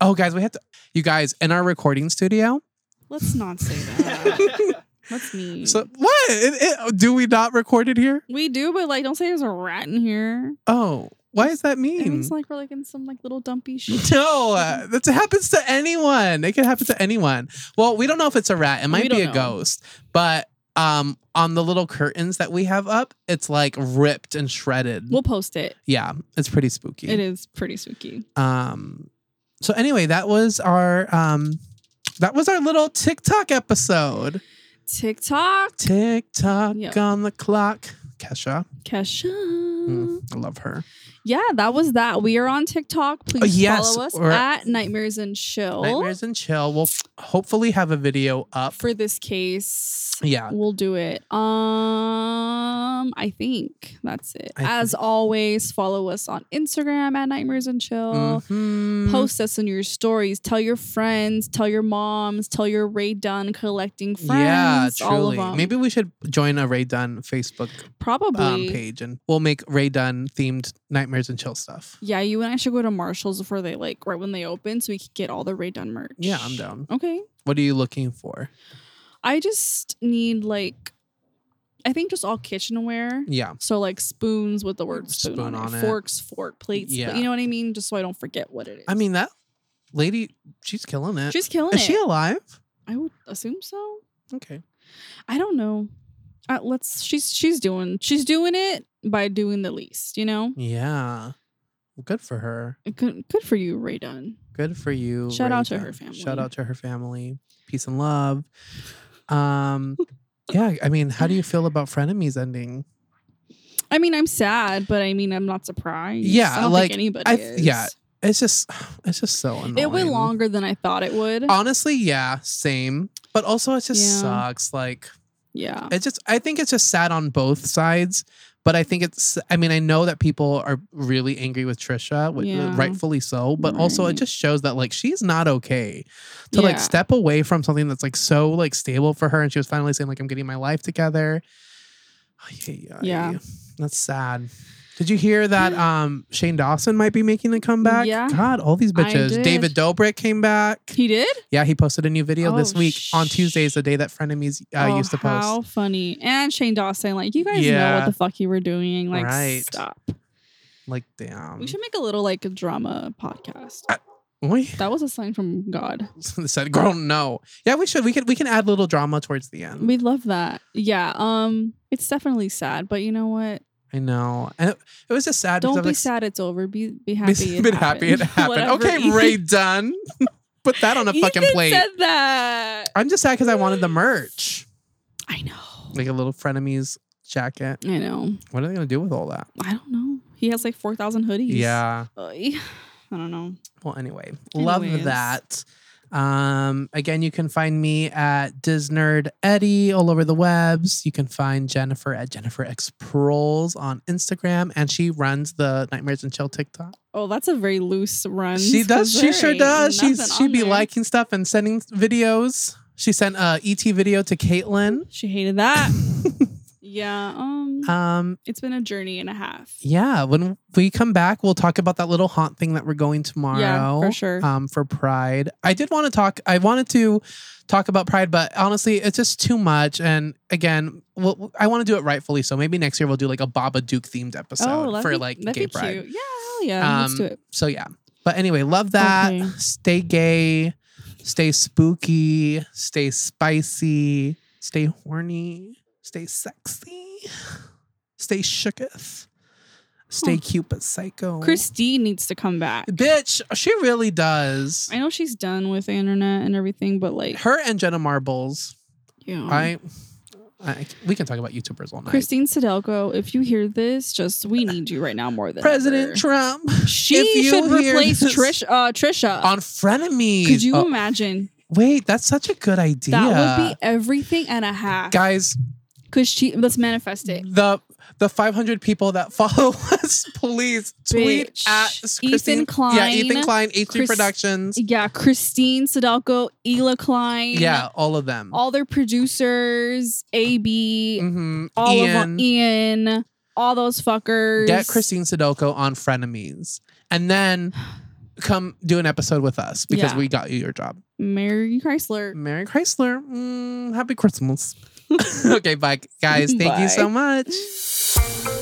Speaker 3: Oh, guys, we have to, you guys, in our recording studio.
Speaker 2: Let's not say that. That's me.
Speaker 3: So what? It- it- do we not record it here?
Speaker 2: we do, but like, don't say there's a rat in here.
Speaker 3: Oh, why is
Speaker 2: It
Speaker 3: that mean?
Speaker 2: looks like we're like in some like little dumpy shit.
Speaker 3: No, uh, that happens to anyone. It can happen to anyone. Well, we don't know if it's a rat. It
Speaker 2: We
Speaker 3: might
Speaker 2: don't
Speaker 3: be a
Speaker 2: know.
Speaker 3: ghost, but um, on the little curtains that we have up, it's like ripped and shredded.
Speaker 2: We'll post it.
Speaker 3: yeah, it's pretty spooky.
Speaker 2: It is pretty spooky.
Speaker 3: Um, so anyway, that was our um, that was our little TikTok episode.
Speaker 2: TikTok,
Speaker 3: TikTok
Speaker 2: Yeah.
Speaker 3: on the clock. Kesha,
Speaker 2: Kesha.
Speaker 3: Mm,
Speaker 2: Mm-hmm.
Speaker 3: I love her.
Speaker 2: Yeah, that was that. We are on TikTok. Please
Speaker 3: Oh, yes,
Speaker 2: follow us
Speaker 3: we're-
Speaker 2: at Nightmares and Chill
Speaker 3: Nightmares and chill. We'll hopefully have a video up.
Speaker 2: for this case.
Speaker 3: yeah,
Speaker 2: We'll do it. Um, I think that's it.
Speaker 3: I
Speaker 2: As always, follow us on Instagram at Nightmares and Chill.
Speaker 3: Mhm.
Speaker 2: post us in your stories. Tell your friends, tell your moms, tell your Ray Dunn collecting friends.
Speaker 3: yeah, truly.
Speaker 2: All of them.
Speaker 3: Maybe we should join a Ray Dunn Facebook
Speaker 2: probably.
Speaker 3: um, page and we'll make Ray Dunn themed nightmares and chill stuff.
Speaker 2: Yeah, you and I should go to Marshalls before they like right when they open, so we could get all the Ray Dunn merch.
Speaker 3: Yeah, I'm down.
Speaker 2: Okay,
Speaker 3: What are you looking for?
Speaker 2: I just need like, I think just all kitchenware.
Speaker 3: Yeah.
Speaker 2: So like spoons with the word spoon,
Speaker 3: Spoon
Speaker 2: on,
Speaker 3: on
Speaker 2: it,
Speaker 3: it.
Speaker 2: forks, fork plates.
Speaker 3: Yeah.
Speaker 2: But you know what I mean, just so I don't forget what it is.
Speaker 3: I mean uh, that lady, she's killing it.
Speaker 2: she's killing
Speaker 3: Is
Speaker 2: it.
Speaker 3: she alive?
Speaker 2: I would assume so.
Speaker 3: Okay.
Speaker 2: I don't know. Uh, let's. She's she's doing she's doing it by doing the least. You know.
Speaker 3: Yeah. Well, good for her.
Speaker 2: Good, good for you, Ray Dunn.
Speaker 3: Good for you.
Speaker 2: Shout out to
Speaker 3: Dunn.
Speaker 2: her family.
Speaker 3: Shout out to her family. Peace and love. Um yeah, I mean, how do you feel about frenemies ending?
Speaker 2: I mean, I'm sad, but I mean, I'm not surprised.
Speaker 3: Yeah,
Speaker 2: I don't
Speaker 3: like,
Speaker 2: think anybody
Speaker 3: I th-
Speaker 2: is.
Speaker 3: yeah, It's just it's just so annoying. Uh,
Speaker 2: it went longer than I thought it would.
Speaker 3: Honestly, yeah, same. But also, it just
Speaker 2: Yeah.
Speaker 3: sucks. Like,
Speaker 2: yeah,
Speaker 3: it just, I think it's just sad on both sides. But I think it's, I mean, I know that people are really angry with Trisha, wi-
Speaker 2: Yeah.
Speaker 3: rightfully so, but also it
Speaker 2: Right.
Speaker 3: just shows that like she's not okay to
Speaker 2: Yeah.
Speaker 3: like step away from something that's like so like stable for her. And she was finally saying, like, I'm getting my life together. Ay, ay, ay.
Speaker 2: Yeah.
Speaker 3: That's sad. Did you hear that um Shane Dawson might be making a comeback?
Speaker 2: Yeah.
Speaker 3: God, all these
Speaker 2: I
Speaker 3: bitches.
Speaker 2: did.
Speaker 3: David Dobrik came back.
Speaker 2: He did?
Speaker 3: Yeah, he posted a new video
Speaker 2: Oh,
Speaker 3: this week on
Speaker 2: sh-
Speaker 3: Tuesdays, the day that Frenemies uh,
Speaker 2: Oh,
Speaker 3: used to post.
Speaker 2: How funny. And Shane Dawson, like, you guys know
Speaker 3: Yeah.
Speaker 2: what the fuck you were doing. Like,
Speaker 3: Right.
Speaker 2: stop.
Speaker 3: Like, damn.
Speaker 2: We should make a little, like, a drama podcast.
Speaker 3: We
Speaker 2: That was a sign from God.
Speaker 3: said, "Girl, no." Yeah, we should. We could. We can add little drama towards the end.
Speaker 2: We love that. Yeah. Um, it's definitely sad, but you know what?
Speaker 3: I know, and it, it was just sad. because I
Speaker 2: Don't
Speaker 3: was
Speaker 2: be
Speaker 3: like,
Speaker 2: sad it's over. Be be
Speaker 3: be-
Speaker 2: happy.
Speaker 3: Been happy it happened.
Speaker 2: Whatever
Speaker 3: okay,
Speaker 2: Ethan-
Speaker 3: Ray Dunn. Put that on a fucking
Speaker 2: Ethan
Speaker 3: plate.
Speaker 2: said that.
Speaker 3: I'm just sad because I wanted the merch,
Speaker 2: I know.
Speaker 3: like a little frenemies jacket.
Speaker 2: I know.
Speaker 3: What are they gonna do with all that?
Speaker 2: I don't know. He has like 4,000 hoodies.
Speaker 3: Yeah.
Speaker 2: Oy. I don't know.
Speaker 3: Well, anyway, love
Speaker 2: Anyways.
Speaker 3: that. Um, again, you can find me at Disnerd Eddie all over the webs. You can find Jennifer at Jennifer X Proles on Instagram, and she runs the Nightmares and Chill TikTok.
Speaker 2: Oh, that's a very loose run.
Speaker 3: She
Speaker 2: 'cause
Speaker 3: does. She
Speaker 2: there
Speaker 3: sure
Speaker 2: ain't
Speaker 3: does.
Speaker 2: nothing
Speaker 3: She's she
Speaker 2: on
Speaker 3: be
Speaker 2: there.
Speaker 3: liking stuff and sending videos. She sent a ET video to Caitlin.
Speaker 2: She hated that. yeah. Um.
Speaker 3: um,
Speaker 2: It's been a journey and a half.
Speaker 3: yeah. When we come back, we'll talk about that little haunt thing that we're going tomorrow.
Speaker 2: Yeah, for sure.
Speaker 3: um, for Pride. I did want to talk. I wanted to talk about Pride, but honestly, it's just too much. And again, we'll, I want to do it rightfully. So maybe next year we'll do like a Baba Duke themed episode
Speaker 2: Oh, that'd
Speaker 3: for
Speaker 2: be-
Speaker 3: like
Speaker 2: that'd
Speaker 3: gay
Speaker 2: be
Speaker 3: pride.
Speaker 2: cute. Yeah, hell yeah. Let's
Speaker 3: Um,
Speaker 2: do it.
Speaker 3: So yeah. But anyway, love that.
Speaker 2: Okay.
Speaker 3: Stay gay. Stay spooky. Stay spicy. Stay horny. Stay sexy. Stay shooketh. Stay
Speaker 2: Huh.
Speaker 3: cute but psycho.
Speaker 2: Christine needs to come back.
Speaker 3: Bitch, she really does.
Speaker 2: I know she's done with the internet and everything, but like,
Speaker 3: her and Jenna Marbles.
Speaker 2: you know,
Speaker 3: I, I we can talk about YouTubers all night.
Speaker 2: Christine Sidelko, if you hear this, just we need you right now more than
Speaker 3: President
Speaker 2: ever.
Speaker 3: Trump if
Speaker 2: She
Speaker 3: you
Speaker 2: should
Speaker 3: hear
Speaker 2: replace
Speaker 3: this-
Speaker 2: Trish, uh, Trisha.
Speaker 3: on frenemies.
Speaker 2: Could you
Speaker 3: Oh,
Speaker 2: imagine?
Speaker 3: wait, that's such a good idea.
Speaker 2: That would be everything and a half.
Speaker 3: Guys,
Speaker 2: Cause she, let's manifest it.
Speaker 3: the the 500 people that follow us, please tweet
Speaker 2: Bitch.
Speaker 3: at
Speaker 2: Ethan
Speaker 3: Christine- Yeah,
Speaker 2: Klein,
Speaker 3: Ethan Klein, H3
Speaker 2: Chris-
Speaker 3: Productions.
Speaker 2: Yeah, Christine Sidelko, Ela Klein.
Speaker 3: Yeah, all of them.
Speaker 2: all their producers, AB,
Speaker 3: Mhm.
Speaker 2: all
Speaker 3: Ian,
Speaker 2: of Ian, all those fuckers.
Speaker 3: get Christine Sudoku on frenemies, and then come do an episode with us because
Speaker 2: Yeah.
Speaker 3: we got you your job.
Speaker 2: Mary Chrysler.
Speaker 3: Mary Chrysler, mm, happy Christmas. okay, bye, guys. Thank you
Speaker 2: Bye.
Speaker 3: so much.